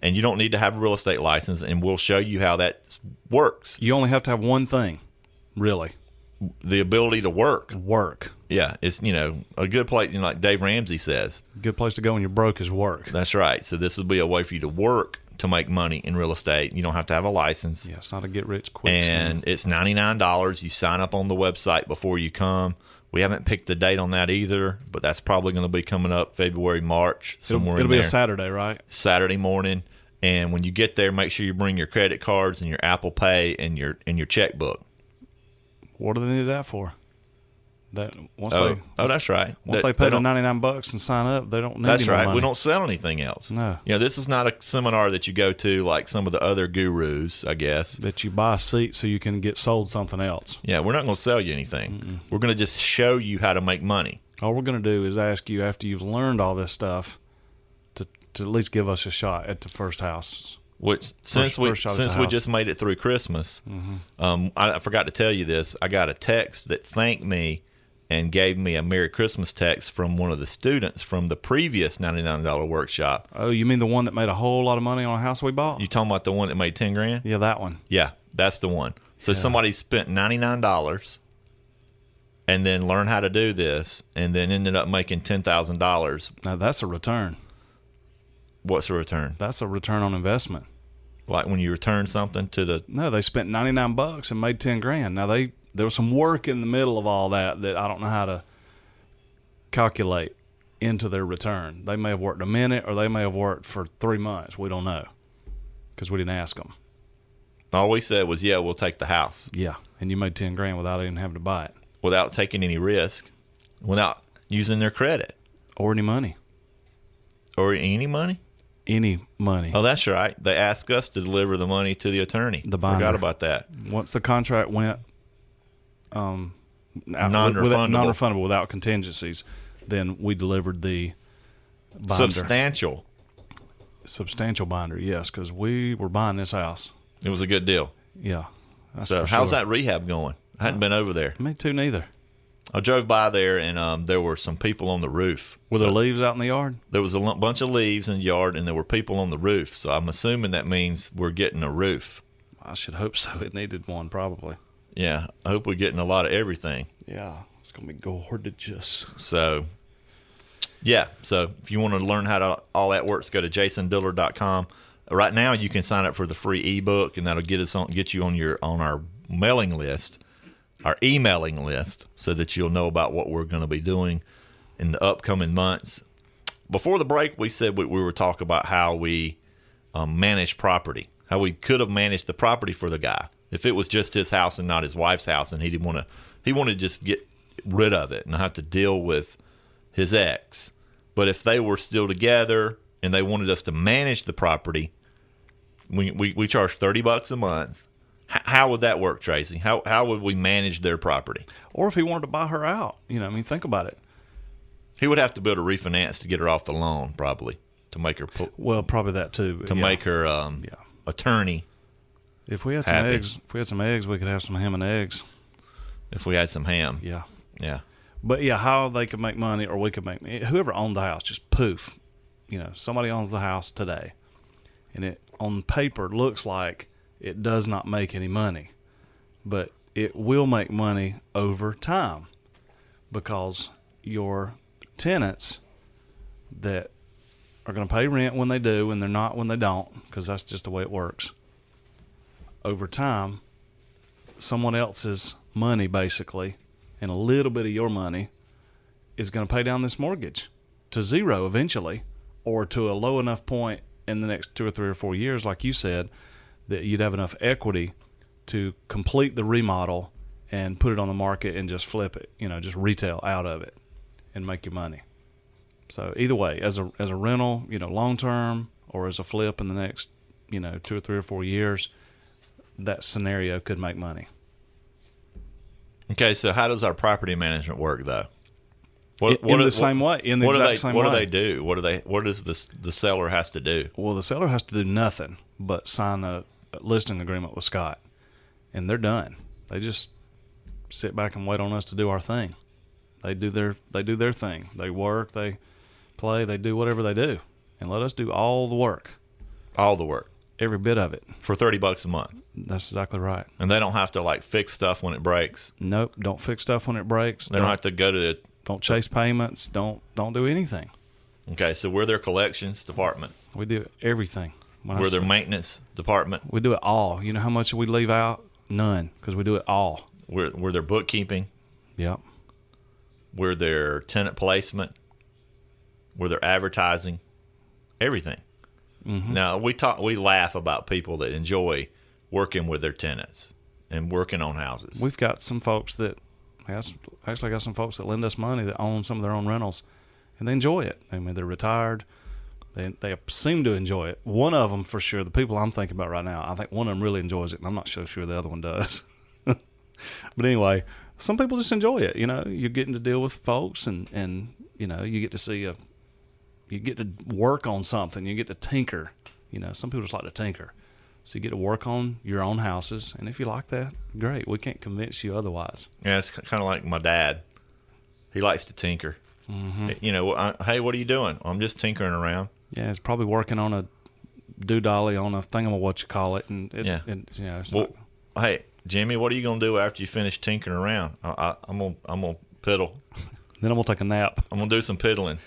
Speaker 1: and you don't need to have a real estate license and we'll show you how that works
Speaker 2: You only have to have one thing, really
Speaker 1: the ability to work
Speaker 2: work.
Speaker 1: yeah it's you know a good place you know, like dave ramsey says
Speaker 2: Good place to go when you're broke is work.
Speaker 1: that's right so this will be a way for you to work to make money in real estate you don't have to have a license
Speaker 2: Yeah, it's not a get rich quick scheme.
Speaker 1: and it's ninety nine dollars. You sign up on the website before you come. We haven't picked a date on that either, but that's probably going to be coming up February, March,
Speaker 2: It'll,
Speaker 1: somewhere
Speaker 2: it'll
Speaker 1: in
Speaker 2: be
Speaker 1: there.
Speaker 2: a Saturday, right?
Speaker 1: Saturday morning. And when you get there, make sure you bring your credit cards and your Apple Pay and your and your checkbook.
Speaker 2: What do they need that for? That once
Speaker 1: Oh,
Speaker 2: they
Speaker 1: oh that's right.
Speaker 2: once
Speaker 1: That-
Speaker 2: they pay the
Speaker 1: don't-
Speaker 2: ninety nine bucks and sign up, they don't need
Speaker 1: That's
Speaker 2: any
Speaker 1: right.
Speaker 2: More money.
Speaker 1: We don't sell anything else.
Speaker 2: No.
Speaker 1: You know, this is not a seminar that you go to like some of the other gurus, I guess.
Speaker 2: that you buy a seat so you can get sold something else.
Speaker 1: Yeah, we're not going to sell you anything. We're going to just show you how to make money.
Speaker 2: All we're gonna do is ask you after you've learned all this stuff to to at least give us a shot at the first house.
Speaker 1: Which since we
Speaker 2: first shot at
Speaker 1: since
Speaker 2: the
Speaker 1: we
Speaker 2: house. Mm-hmm.
Speaker 1: just made it through Christmas, um, I, I forgot to tell you this. I got a text that thanked me and gave me a Merry Christmas text from one of the students from the previous ninety nine dollar workshop.
Speaker 2: Oh, you mean the one that made a whole lot of money on a house we bought?
Speaker 1: You talking about the one that made ten grand?
Speaker 2: yeah, that one.
Speaker 1: Yeah, that's the one. So somebody spent ninety nine dollars and then learned how to do this, and then ended up making ten thousand dollars.
Speaker 2: Now that's a return.
Speaker 1: What's the return?
Speaker 2: That's a return on investment.
Speaker 1: Like when you return something to the
Speaker 2: No, they spent ninety nine bucks and made ten grand. Now they there was some work in the middle of all that that I don't know how to calculate into their return. They may have worked a minute or they may have worked for three months. We don't know because we didn't ask them.
Speaker 1: all we said was, "Yeah, we'll take the house."
Speaker 2: Yeah, and you made ten grand without even having to buy it
Speaker 1: without taking any risk, without using their credit
Speaker 2: or any money,
Speaker 1: or any money.
Speaker 2: any money.
Speaker 1: Oh, that's right. They asked us to deliver the money to the attorney.
Speaker 2: The binder.
Speaker 1: Forgot about that.
Speaker 2: Once the contract went um, out-
Speaker 1: Non-refundable.
Speaker 2: without- non-refundable without contingencies, then we delivered the binder.
Speaker 1: Substantial.
Speaker 2: substantial binder, yes, because we were buying this house.
Speaker 1: It was a good deal.
Speaker 2: Yeah. That's
Speaker 1: so,
Speaker 2: for
Speaker 1: how's
Speaker 2: sure.
Speaker 1: that rehab going? I hadn't been over there.
Speaker 2: Me too, neither.
Speaker 1: I drove by there, and um, there were some people on the roof.
Speaker 2: Were there leaves out in the yard?
Speaker 1: There was a l- bunch of leaves in the yard, and there were people on the roof. So, I'm assuming that means we're getting a roof.
Speaker 2: I should hope so. It needed one, probably.
Speaker 1: Yeah, I hope we're getting a lot of everything.
Speaker 2: Yeah, it's gonna be gorgeous.
Speaker 1: So, yeah. So, if you want to learn how to, all that works, go to jasondiller.com. Right now, you can sign up for the free ebook, and that'll get us on, get you on your on our mailing list, our emailing list, so that you'll know about what we're going to be doing in the upcoming months. Before the break, we said we, we were talking about how we um, manage property, how we could have managed the property for the guy if it was just his house and not his wife's house, and he didn't want to, he wanted to just get rid of it and not have to deal with his ex. But if they were still together and they wanted us to manage the property, we, we, we charge 30 bucks a month. H- how would that work, Tracy? How, how would we manage their property?
Speaker 2: Or if he wanted to buy her out, you know, I mean, think about it.
Speaker 1: He would have to build a refinance to get her off the loan, probably, to make her pu-
Speaker 2: Well, probably that too. but
Speaker 1: to
Speaker 2: yeah.
Speaker 1: make her um,
Speaker 2: Yeah.
Speaker 1: attorney.
Speaker 2: if we had some
Speaker 1: happy.
Speaker 2: eggs, if we had some eggs, we could have some ham and eggs.
Speaker 1: If we had some ham,
Speaker 2: Yeah,
Speaker 1: yeah.
Speaker 2: but yeah, how they could make money or we could make whoever owned the house just poof, you know, somebody owns the house today, and it on paper looks like it does not make any money, but it will make money over time because your tenants that are going to pay rent when they do and they're not when they don't because that's just the way it works. Over time, someone else's money basically and a little bit of your money is going to pay down this mortgage to zero eventually or to a low enough point in the next two or three or four years like you said that you'd have enough equity to complete the remodel and put it on the market and just flip it you know just retail out of it and make your money so either way as a as a rental you know long term or as a flip in the next you know two or three or four years that scenario could make money
Speaker 1: Okay, so how does our property management work though? What,
Speaker 2: In- in the same way, in the
Speaker 1: what do
Speaker 2: exact
Speaker 1: they,
Speaker 2: same
Speaker 1: what
Speaker 2: way.
Speaker 1: do they do? What do they? What does the the seller has to do?
Speaker 2: Well, the seller has to do nothing but sign a, a listing agreement with Scott, and they're done. They just sit back and wait on us to do our thing. They do their they do their thing. They work, they play, they do whatever they do, and let us do all the work,
Speaker 1: All the work
Speaker 2: every bit of it.
Speaker 1: for thirty bucks a month,
Speaker 2: That's exactly right.
Speaker 1: and they don't have to like fix stuff when it breaks.
Speaker 2: Nope, don't fix stuff when it breaks.
Speaker 1: They don't have to go to the.
Speaker 2: don't chase payments. Don't don't do anything.
Speaker 1: Okay, so we're their collections department.
Speaker 2: We do everything. When I
Speaker 1: We're their
Speaker 2: say-
Speaker 1: maintenance department.
Speaker 2: we do it all. You know how much we leave out? None, because we do it all.
Speaker 1: We're we're their bookkeeping.
Speaker 2: Yep.
Speaker 1: We're their tenant placement. We're their advertising. Everything. Now we talk. We laugh about people that enjoy working with their tenants and working on houses.
Speaker 2: We've got some folks that I got some- actually I got some folks that lend us money that own some of their own rentals, and they enjoy it. I mean, they're retired. They, they seem to enjoy it. One of them, for sure, the people I'm thinking about right now, I think one of them really enjoys it, and I'm not so sure the other one does. but anyway, some people just enjoy it. You know, you're getting to deal with folks, and and you know, you get to see a, you get to work on something. You get to tinker. You know, some people just like to tinker, so you get to work on your own houses, and if you like that, great. We can't convince you otherwise.
Speaker 1: Yeah, it's kind of like my dad. He likes to tinker. You know, I, hey, what are you doing? I'm just tinkering around.
Speaker 2: Yeah, it's probably working on a doodolly on a thing of what you call it, and it,
Speaker 1: Yeah.
Speaker 2: and, you know, it's
Speaker 1: Well,
Speaker 2: not-
Speaker 1: hey, Jimmy, what are you gonna do after you finish tinkering around? I, I, I'm gonna, I'm gonna piddle.
Speaker 2: then I'm gonna take a nap.
Speaker 1: I'm gonna do some piddling.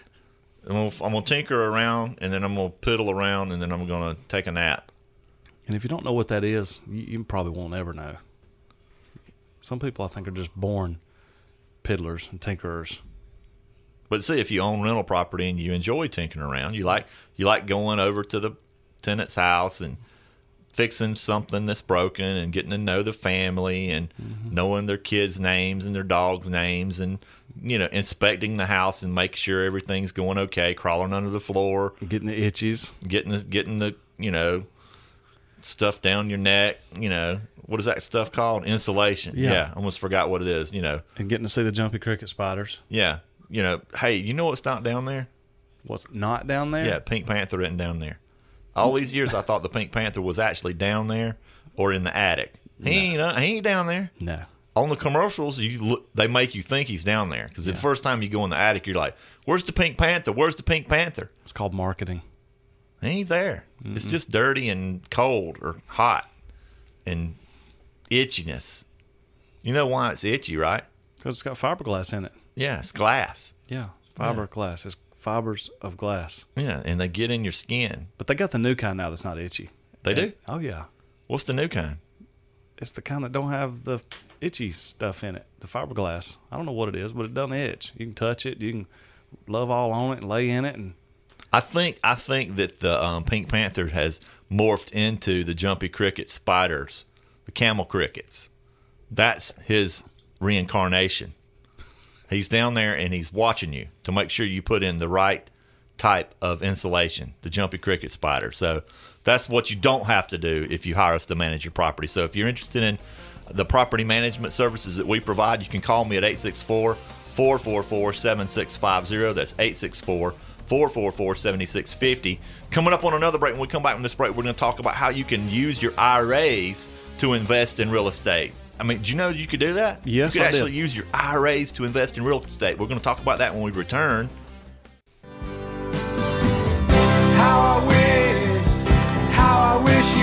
Speaker 1: I'm gonna, I'm gonna tinker around, and then I'm gonna piddle around, and then I'm gonna take a nap.
Speaker 2: And if you don't know what that is, you, you probably won't ever know. Some people I think are just born piddlers and tinkerers.
Speaker 1: But see, if you own rental property and you enjoy tinkering around, you like you like going over to the tenant's house and fixing something that's broken and getting to know the family and knowing their kids' names and their dogs' names and you know inspecting the house and make sure everything's going okay, crawling under the floor,
Speaker 2: Getting the itches.
Speaker 1: getting the, getting the you know stuff down your neck, you know what is that stuff called? Insulation.
Speaker 2: Yeah.
Speaker 1: yeah I almost forgot what it is. You know,
Speaker 2: and getting to see the jumpy cricket spiders.
Speaker 1: yeah, you know. Hey, you know what's not down there?
Speaker 2: What's not down there?
Speaker 1: Yeah, Pink Panther written down there. All these years, I thought the Pink Panther was actually down there or in the attic. He ain't. uh, He ain't down there.
Speaker 2: No.
Speaker 1: On the commercials, you look, they make you think he's down there because the first time you go in the attic, you're like, "Where's the Pink Panther? Where's the Pink Panther?"
Speaker 2: It's called marketing.
Speaker 1: He ain't there. It's just dirty and cold or hot and itchiness. You know why it's itchy, right?
Speaker 2: Because it's got fiberglass in it.
Speaker 1: Yeah, it's glass.
Speaker 2: Yeah. Fiberglass. It's fibers of glass.
Speaker 1: Yeah, and they get in your skin.
Speaker 2: But they got the new kind now that's not itchy.
Speaker 1: They do.
Speaker 2: Oh, yeah.
Speaker 1: What's the new kind?
Speaker 2: It's the kind that don't have the itchy stuff in it, the fiberglass. I don't know what it is, but it doesn't itch. You can touch it. You can love all on it and lay in it. And
Speaker 1: I think I think that the um, Pink Panther has morphed into the jumpy cricket spiders, the camel crickets. That's his reincarnation. He's down there and he's watching you to make sure you put in the right type of insulation, the jumpy cricket spider. So that's what you don't have to do if you hire us to manage your property. So if you're interested in the property management services that we provide, you can call me at 864 444 7650. That's 864 444 7650. Coming up on another break, when we come back from this break, we're going to talk about how you can use your IRAs to invest in real estate. I mean, do you know you could do that?
Speaker 2: Yes,
Speaker 1: You could
Speaker 2: I did.
Speaker 1: actually use your IRAs to invest in real estate. We're going to talk about that when we return.
Speaker 4: How I wish, how I wish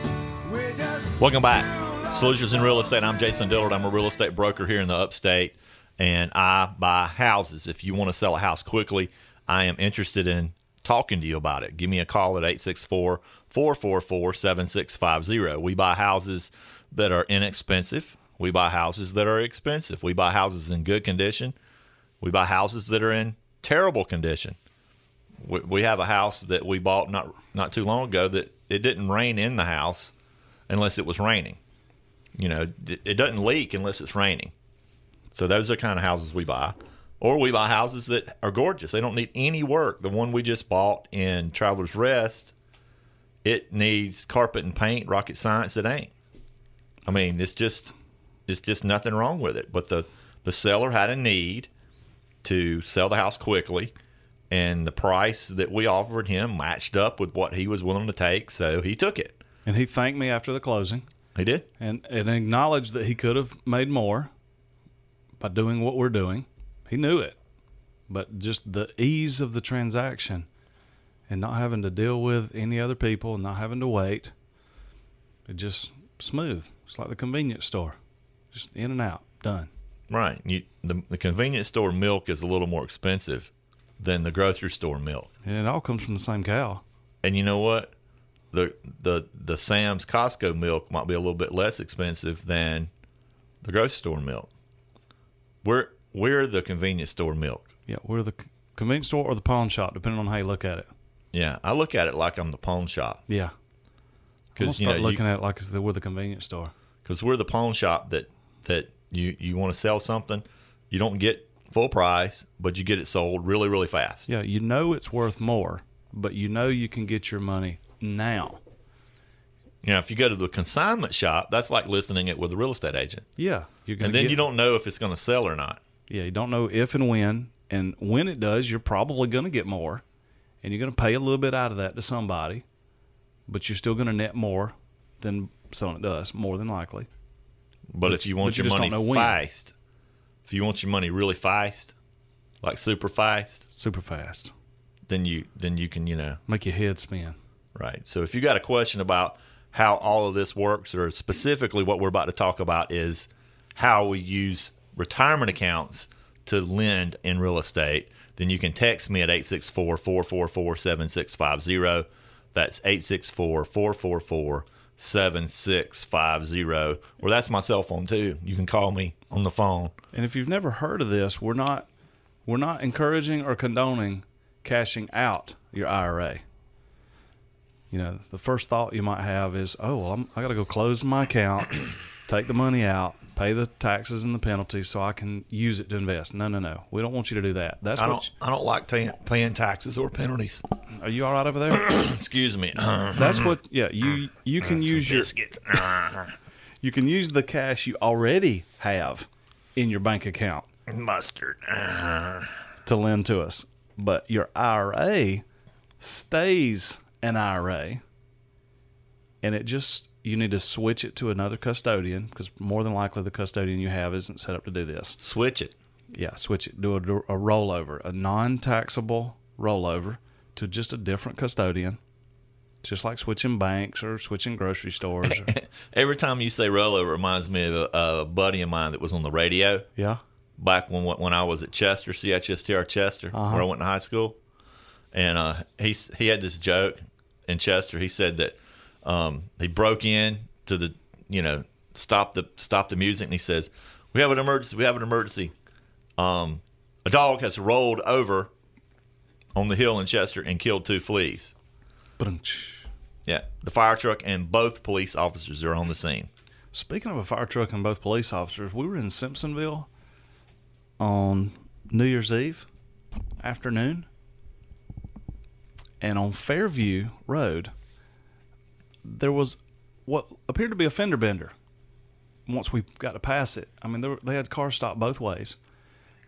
Speaker 4: you were here. We're just
Speaker 1: Welcome back. Solutions in Real Estate. I'm Jason Dillard. I'm a real estate broker here in the upstate, and I buy houses. If you want to sell a house quickly, I am interested in talking to you about it. Give me a call at 864 444 7650. We buy houses that are inexpensive, we buy houses that are expensive, we buy houses in good condition, we buy houses that are in terrible condition we, we have a house that we bought not not too long ago that it didn't rain in the house unless it was raining. You know, d- it doesn't leak unless it's raining. So those are the kind of houses we buy. Or we buy houses that are gorgeous. They don't need any work. The one we just bought in Travelers Rest, it needs carpet and paint, rocket science it ain't. I mean, it's just it's just nothing wrong with it. But the the seller had a need to sell the house quickly and the price that we offered him matched up with what he was willing to take, so he took it.
Speaker 2: And he thanked me after the closing
Speaker 1: He did.
Speaker 2: and, and acknowledged that he could have made more by doing what we're doing. He knew it. But just the ease of the transaction and not having to deal with any other people and not having to wait, it just smooth. It's like the convenience store, just in and out, done.
Speaker 1: Right. You, the, the convenience store milk is a little more expensive than the grocery store milk.
Speaker 2: And it all comes from the same cow.
Speaker 1: And you know what? The the the Sam's Costco milk might be a little bit less expensive than the grocery store milk. We're we're the convenience store milk.
Speaker 2: Yeah, we're the c- convenience store or the pawn shop, depending on how you look at it.
Speaker 1: Yeah, I look at it like I'm the pawn shop
Speaker 2: Yeah. I'm gonna
Speaker 1: because you know
Speaker 2: start
Speaker 1: you-
Speaker 2: looking at it like it's the, we're the convenience store.
Speaker 1: because we're the pawn shop that that you you want to sell something, you don't get full price, but you get it sold really really fast.
Speaker 2: Yeah, you know it's worth more, but you know you can get your money now.
Speaker 1: You know, if you go to the consignment shop, that's like listening it with a real estate agent,
Speaker 2: Yeah, you're gonna
Speaker 1: and then
Speaker 2: get-
Speaker 1: you don't know if it's going to sell or not.
Speaker 2: Yeah, you don't know if and when, and when it does, you're probably gonna get more, and you're gonna pay a little bit out of that to somebody, but you're still gonna net more than selling it to us, more than likely.
Speaker 1: But, if you want
Speaker 2: but you
Speaker 1: your
Speaker 2: just
Speaker 1: money
Speaker 2: don't know when.
Speaker 1: fast, if you want your money really fast, like super fast,
Speaker 2: Super fast,
Speaker 1: then you then you can you know
Speaker 2: make your head spin.
Speaker 1: Right. So if you got a question about how all of this works, or specifically what we're about to talk about, is how we use retirement accounts to lend in real estate, then you can text me at 864 444 7650. That's 864 444 7650. Or that's my cell phone too. You can call me on the phone.
Speaker 2: And if you've never heard of this, we're not we're not encouraging or condoning cashing out your IRA. You know, the first thought you might have is, "Oh, well, I'm, I got to go close my account, take the money out, pay the taxes and the penalties, so I can use it to invest." No, no, no. We don't want you to do that. That's
Speaker 1: I
Speaker 2: what.
Speaker 1: don't, I don't like ta- paying taxes or penalties.
Speaker 2: you- are you all right over there?
Speaker 1: Excuse me. Uh,
Speaker 2: That's what. Yeah, you you can use your
Speaker 1: biscuits.
Speaker 2: you can use the cash you already have in your bank account
Speaker 1: Mustard.
Speaker 2: to lend to us. But your IRA stays an IRA. And it just, you need to switch it to another custodian because more than likely the custodian you have isn't set up to do this.
Speaker 1: Switch it.
Speaker 2: Yeah, switch it. Do a, do a rollover, a non taxable rollover to just a different custodian. Just like switching banks or switching grocery stores. Or,
Speaker 1: Every time you say Rolo, it reminds me of a, a buddy of mine that was on the radio
Speaker 2: yeah.
Speaker 1: back when when I was at Chester, CHSTR Chester, where I went to high school. And uh, he s- he had this joke in Chester. He said that um, he broke in to the you know stop the stop the music, and he says, "We have an emergency. We have an emergency. Um, a dog has rolled over on the hill in Chester and killed two fleas."
Speaker 2: Ba-dum-tsh.
Speaker 1: Yeah, the fire truck and both police officers are on the scene.
Speaker 2: Speaking of a fire truck and both police officers, we were in Simpsonville on New Year's Eve afternoon, and on Fairview Road, there was what appeared to be a fender bender. Once we got to pass it, I mean, there were, they had cars stopped both ways.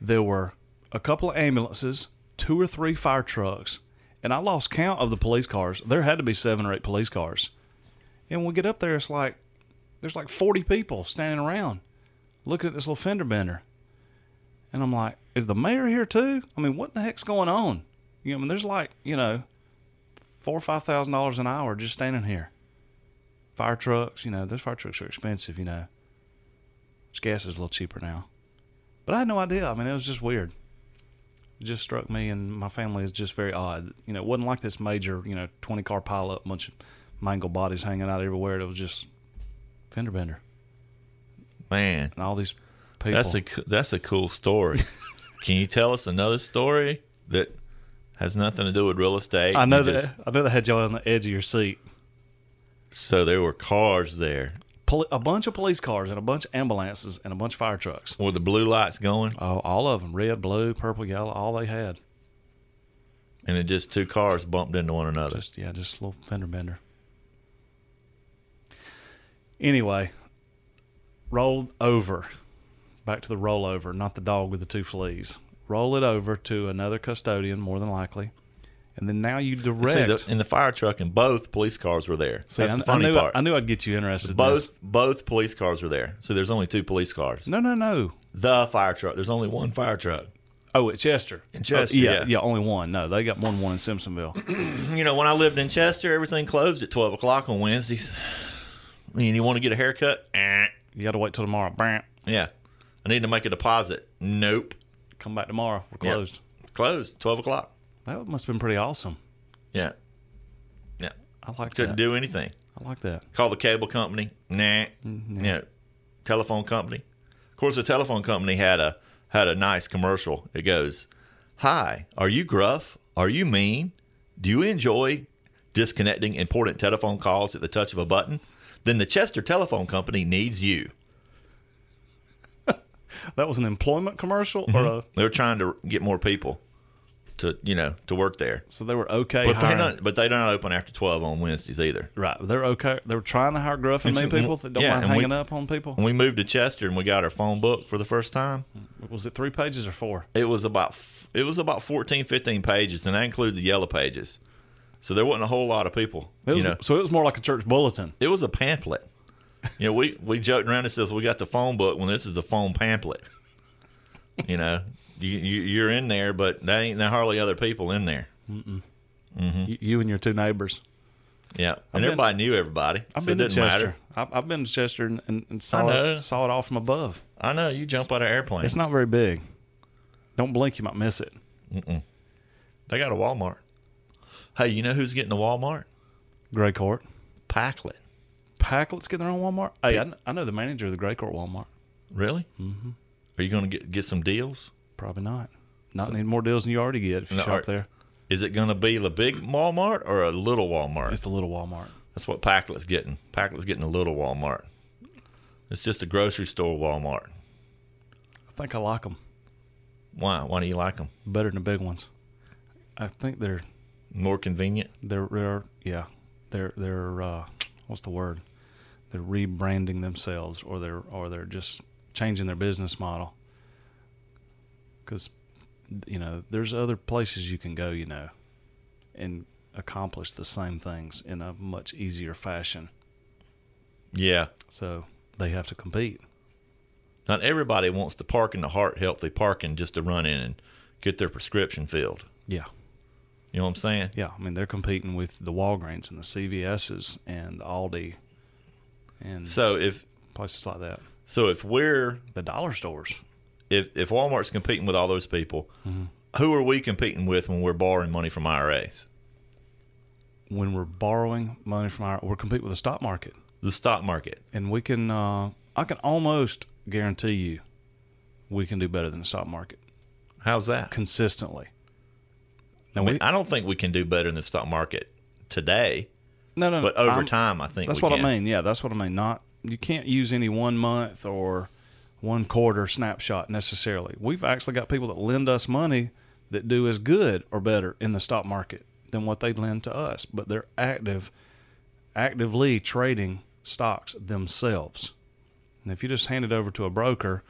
Speaker 2: There were a couple of ambulances, two or three fire trucks, and I lost count of the police cars. There had to be seven or eight police cars. And when we get up there, it's like there's like 40 people standing around looking at this little fender bender. And I'm like, is the mayor here too? I mean, what the heck's going on? You know, I mean, there's like, you know, four or five thousand dollars an hour just standing here. Fire trucks, you know, those fire trucks are expensive, you know. Just gas is a little cheaper now. But I had no idea. I mean, it was just weird. It just struck me and my family is just very odd. You know, it wasn't like this major, you know, twenty car pileup, bunch of mangled bodies hanging out everywhere. It was just fender bender.
Speaker 1: Man,
Speaker 2: And all these people
Speaker 1: that's a coo- that's a cool story. Can you tell us another story that has nothing to do with real estate?
Speaker 2: I know
Speaker 1: You
Speaker 2: that
Speaker 1: just-
Speaker 2: I know that had y'all on the edge of your seat.
Speaker 1: So there were cars there.
Speaker 2: Poli- a bunch of police cars and a bunch of ambulances and a bunch of fire trucks.
Speaker 1: Were the blue lights going?
Speaker 2: Oh, all of them, red, blue, purple, yellow, all they had.
Speaker 1: And it just two cars bumped into one another.
Speaker 2: Just yeah, just a little fender bender. Anyway, rolled over. Back to the rollover, not the dog with the two fleas. Roll it over to another custodian, more than likely, and then now you direct.
Speaker 1: See, the, in the fire truck and both police cars were there.
Speaker 2: See,
Speaker 1: that's
Speaker 2: I,
Speaker 1: the funny
Speaker 2: I knew,
Speaker 1: part.
Speaker 2: I, knew I'd get you interested. in
Speaker 1: both
Speaker 2: this.
Speaker 1: both police cars were there. So there's only two police cars.
Speaker 2: No, no, no.
Speaker 1: The fire truck. There's only one fire truck.
Speaker 2: Oh, at Chester. Oh,
Speaker 1: In Chester,
Speaker 2: yeah,
Speaker 1: yeah.
Speaker 2: yeah, only one. No, they got more than one in Simpsonville.
Speaker 1: You know, when I lived in Chester, everything closed at twelve o'clock on Wednesdays. I mean, you want to get a haircut? Eh.
Speaker 2: You got to wait till tomorrow. Bam.
Speaker 1: Yeah. I need to make a deposit. Nope.
Speaker 2: Come back tomorrow. We're
Speaker 1: Yeah.
Speaker 2: closed.
Speaker 1: Closed. Twelve o'clock.
Speaker 2: That must have been pretty awesome.
Speaker 1: Yeah. Yeah.
Speaker 2: I like
Speaker 1: Couldn't
Speaker 2: that.
Speaker 1: do anything.
Speaker 2: I like that.
Speaker 1: Call the cable company. Nah.
Speaker 2: Mm-hmm.
Speaker 1: Yeah. Telephone company. Of course, the telephone company had a had a nice commercial. It goes, "Hi, are you gruff? Are you mean? Do you enjoy disconnecting important telephone calls at the touch of a button? Then the Chester Telephone Company needs you."
Speaker 2: That was an employment commercial, or a,
Speaker 1: They're trying to get more people to you know to work there,
Speaker 2: so they were okay.
Speaker 1: but they
Speaker 2: hiring-
Speaker 1: don't. But they don't open after twelve on Wednesdays either.
Speaker 2: Right, they're okay. They were trying to hire gruff and
Speaker 1: And
Speaker 2: mean
Speaker 1: so-
Speaker 2: people that don't
Speaker 1: yeah,
Speaker 2: mind
Speaker 1: and we-
Speaker 2: hanging up on people.
Speaker 1: When we moved to Chester and we got our phone book for the first time,
Speaker 2: Was it three pages or four?
Speaker 1: it was about f- it was about 14 15 pages and that includes the yellow pages so there wasn't a whole lot of people
Speaker 2: It was,
Speaker 1: you know
Speaker 2: so it was more like a church bulletin.
Speaker 1: it was a pamphlet you know we we joked around and says we got the phone book when this is the phone pamphlet you know you, you you're in there but that ain't there hardly other people in there Mm-hmm.
Speaker 2: You, you and your two neighbors.
Speaker 1: yeah and
Speaker 2: been-
Speaker 1: everybody knew everybody
Speaker 2: I've
Speaker 1: so
Speaker 2: been
Speaker 1: it
Speaker 2: to
Speaker 1: didn't
Speaker 2: Chester.
Speaker 1: matter
Speaker 2: I've, I've been to Chester and, and, and saw
Speaker 1: know.
Speaker 2: it, saw it all from above.
Speaker 1: i know you jump out of airplanes
Speaker 2: It's not very big. Don't blink, you might miss it.
Speaker 1: they got a walmart hey you know who's getting a walmart
Speaker 2: Gray Court.
Speaker 1: packlet
Speaker 2: Packlets get their own Walmart. Hey, I, kn- I know the manager of the Gray Court Walmart.
Speaker 1: really mm-hmm. are you gonna get get some deals
Speaker 2: Probably not. Not need more deals than you already get if you
Speaker 1: No,
Speaker 2: shop
Speaker 1: alright.
Speaker 2: there.
Speaker 1: Is it going to be the big Walmart or a little Walmart?
Speaker 2: It's the little Walmart.
Speaker 1: That's what Packlet's getting. Packlet's getting a little Walmart. It's just a grocery store Walmart.
Speaker 2: I think I like them
Speaker 1: Why? Why do you like them?
Speaker 2: better than the big ones. I think they're
Speaker 1: More convenient.
Speaker 2: they're, they're yeah they're they're uh, what's the word? They're rebranding themselves or they're or they're just changing their business model. Because you know there's other places you can go you know and accomplish the same things in a much easier fashion.
Speaker 1: Yeah.
Speaker 2: So they have to compete.
Speaker 1: Not everybody wants to park in the heart healthy parking just to run in and get their prescription filled.
Speaker 2: Yeah.
Speaker 1: You know what I'm saying?
Speaker 2: Yeah, I mean they're competing with the Walgreens and the CVS's and the Aldi and
Speaker 1: So if
Speaker 2: places like that.
Speaker 1: so, if we're
Speaker 2: The dollar stores.
Speaker 1: if if Walmart's competing with all those people,
Speaker 2: Mm-hmm.
Speaker 1: who are we competing with when we're borrowing money from IRAs?
Speaker 2: When we're borrowing money from our, we're competing with the stock market,
Speaker 1: The stock market.
Speaker 2: and we can. Uh, I can almost guarantee you, we can do better than the stock market
Speaker 1: How's that?
Speaker 2: consistently. Now
Speaker 1: I mean,
Speaker 2: we-
Speaker 1: I don't think we can do better than the stock market today,
Speaker 2: no, no, no,
Speaker 1: but over
Speaker 2: I'm-
Speaker 1: time, I think
Speaker 2: That's
Speaker 1: we
Speaker 2: what
Speaker 1: can.
Speaker 2: I mean. Yeah, that's what I mean. Not you can't use any one month or one quarter snapshot necessarily. We've actually got people that lend us money that do as good or better in the stock market than what they lend to us, but they're active, actively trading stocks themselves. And if you just hand it over to a broker,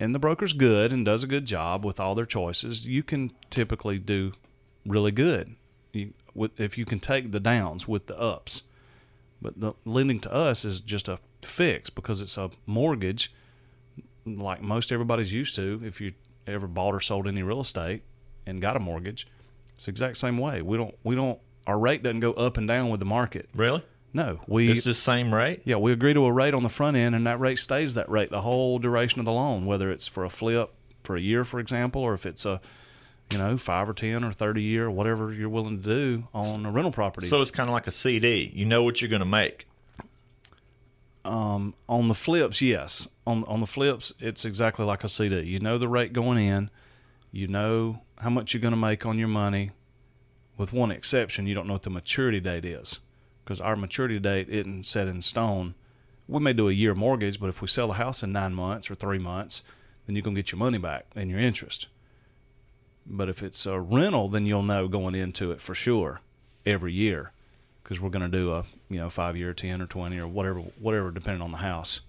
Speaker 2: and the broker's good and does a good job with all their choices, you can typically do really good. You, with, if you can take the downs with the ups, but the lending to us is just a fix because it's a mortgage, like most everybody's used to. If you ever bought or sold any real estate and got a mortgage, it's the exact same way. We don't we don't our rate doesn't go up and down with the market.
Speaker 1: Really?
Speaker 2: No, we
Speaker 1: It's the same rate?
Speaker 2: yeah, we agree to a rate on the front end, and that rate stays that rate the whole duration of the loan, whether it's for a flip for a year, for example, or if it's a, you know, five or ten or thirty year, whatever you're willing to do on a rental property.
Speaker 1: So it's kind of like a CD. You know what you're going to make.
Speaker 2: on the flips, yes, on on the flips, it's exactly like a CD. You know the rate going in, you know how much you're going to make on your money, with one exception, you don't know what the maturity date is, because our maturity date isn't set in stone. We may do a year mortgage, but if we sell the house in nine months or three months, then you're gonna get your money back and your interest. But if it's a rental, then you'll know going into it for sure every year, because we're gonna do a you know five year, ten or twenty or whatever, whatever depending on the house.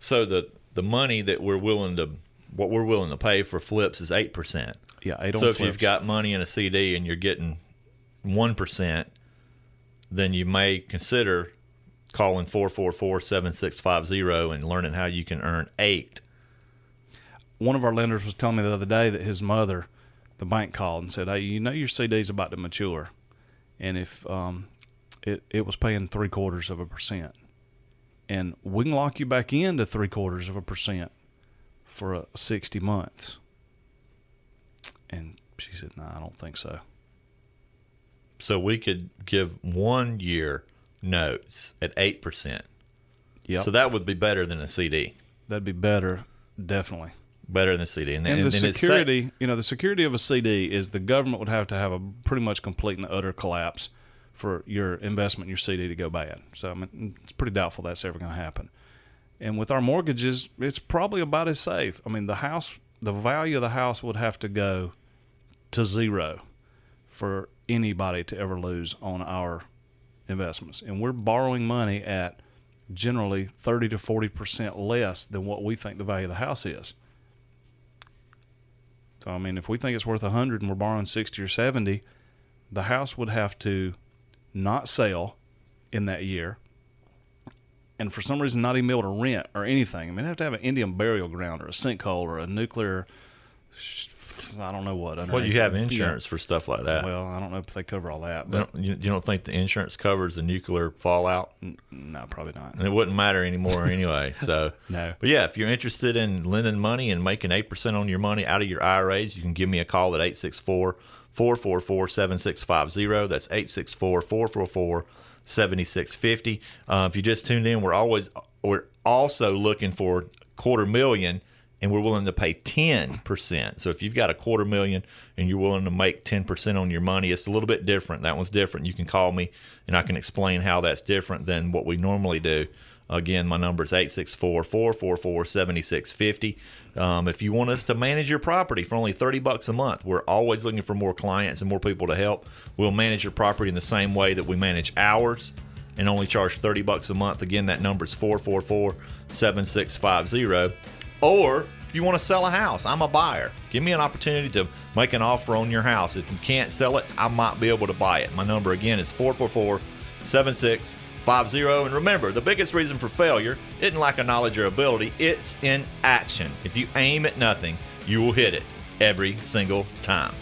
Speaker 1: So the the money that we're willing to what we're willing to pay for flips is eight percent.
Speaker 2: Yeah, eight
Speaker 1: So
Speaker 2: on
Speaker 1: if
Speaker 2: flips.
Speaker 1: you've got money in a CD and you're getting one percent, then you may consider calling 444-7650 and learning how you can earn eight.
Speaker 2: one of our lenders was telling me the other day that his mother, the bank called and said, "Hey, you know your CD's about to mature, and if um, it it was paying three quarters of a percent, and we can lock you back into three quarters of a percent for uh, sixty months." And she said, "No, I don't think so."
Speaker 1: So we could give one year notes at eight percent.
Speaker 2: Yeah,
Speaker 1: So that would be better than a CD.
Speaker 2: that'd be better, definitely.
Speaker 1: Better than a CD.
Speaker 2: and, the
Speaker 1: then it's sa-
Speaker 2: security, you know, the security of a CD is the government would have to have a pretty much complete and utter collapse for your investment, in your CD to go bad. So I mean, it's pretty doubtful that's ever going to happen. And with our mortgages, it's probably about as safe. I mean, the house, the value of the house would have to go to zero for anybody to ever lose on our investments. And we're borrowing money at generally 30 to 40% less than what we think the value of the house is. So I mean, if we think it's worth a hundred and we're borrowing sixty or seventy, the house would have to not sell in that year, and for some reason not even be able to rent or anything. I mean, they have to have an Indian burial ground or a sinkhole or a nuclear. I don't know what.
Speaker 1: well,
Speaker 2: underneath.
Speaker 1: you have insurance for stuff like that.
Speaker 2: Yeah. Well, I don't know if they cover all that,
Speaker 1: They
Speaker 2: but
Speaker 1: don't- you, you don't think the insurance covers the nuclear fallout?
Speaker 2: no, probably not.
Speaker 1: And it wouldn't matter anymore anyway. So
Speaker 2: No.
Speaker 1: But yeah, if you're interested in lending money and making eight percent on your money out of your IRAs, you can give me a call at 864-444-7650. That's 864-444-7650. Uh, if you just tuned in, we're always we're also looking for quarter million and we're willing to pay 10%. So if you've got a quarter million and you're willing to make 10% on your money, it's a little bit different. That one's different. You can call me and I can explain how that's different than what we normally do. Again, my number is 864 444 7650. Um, If you want us to manage your property for only 30 bucks a month, we're always looking for more clients and more people to help. We'll manage your property in the same way that we manage ours and only charge 30 bucks a month. Again, that number is 444 7650. Or if you want to sell a house, I'm a buyer. Give me an opportunity to make an offer on your house. If you can't sell it, I might be able to buy it. My number again is 444 7650. And remember, the biggest reason for failure isn't lack of knowledge or ability, it's in action. If you aim at nothing, you will hit it every single time.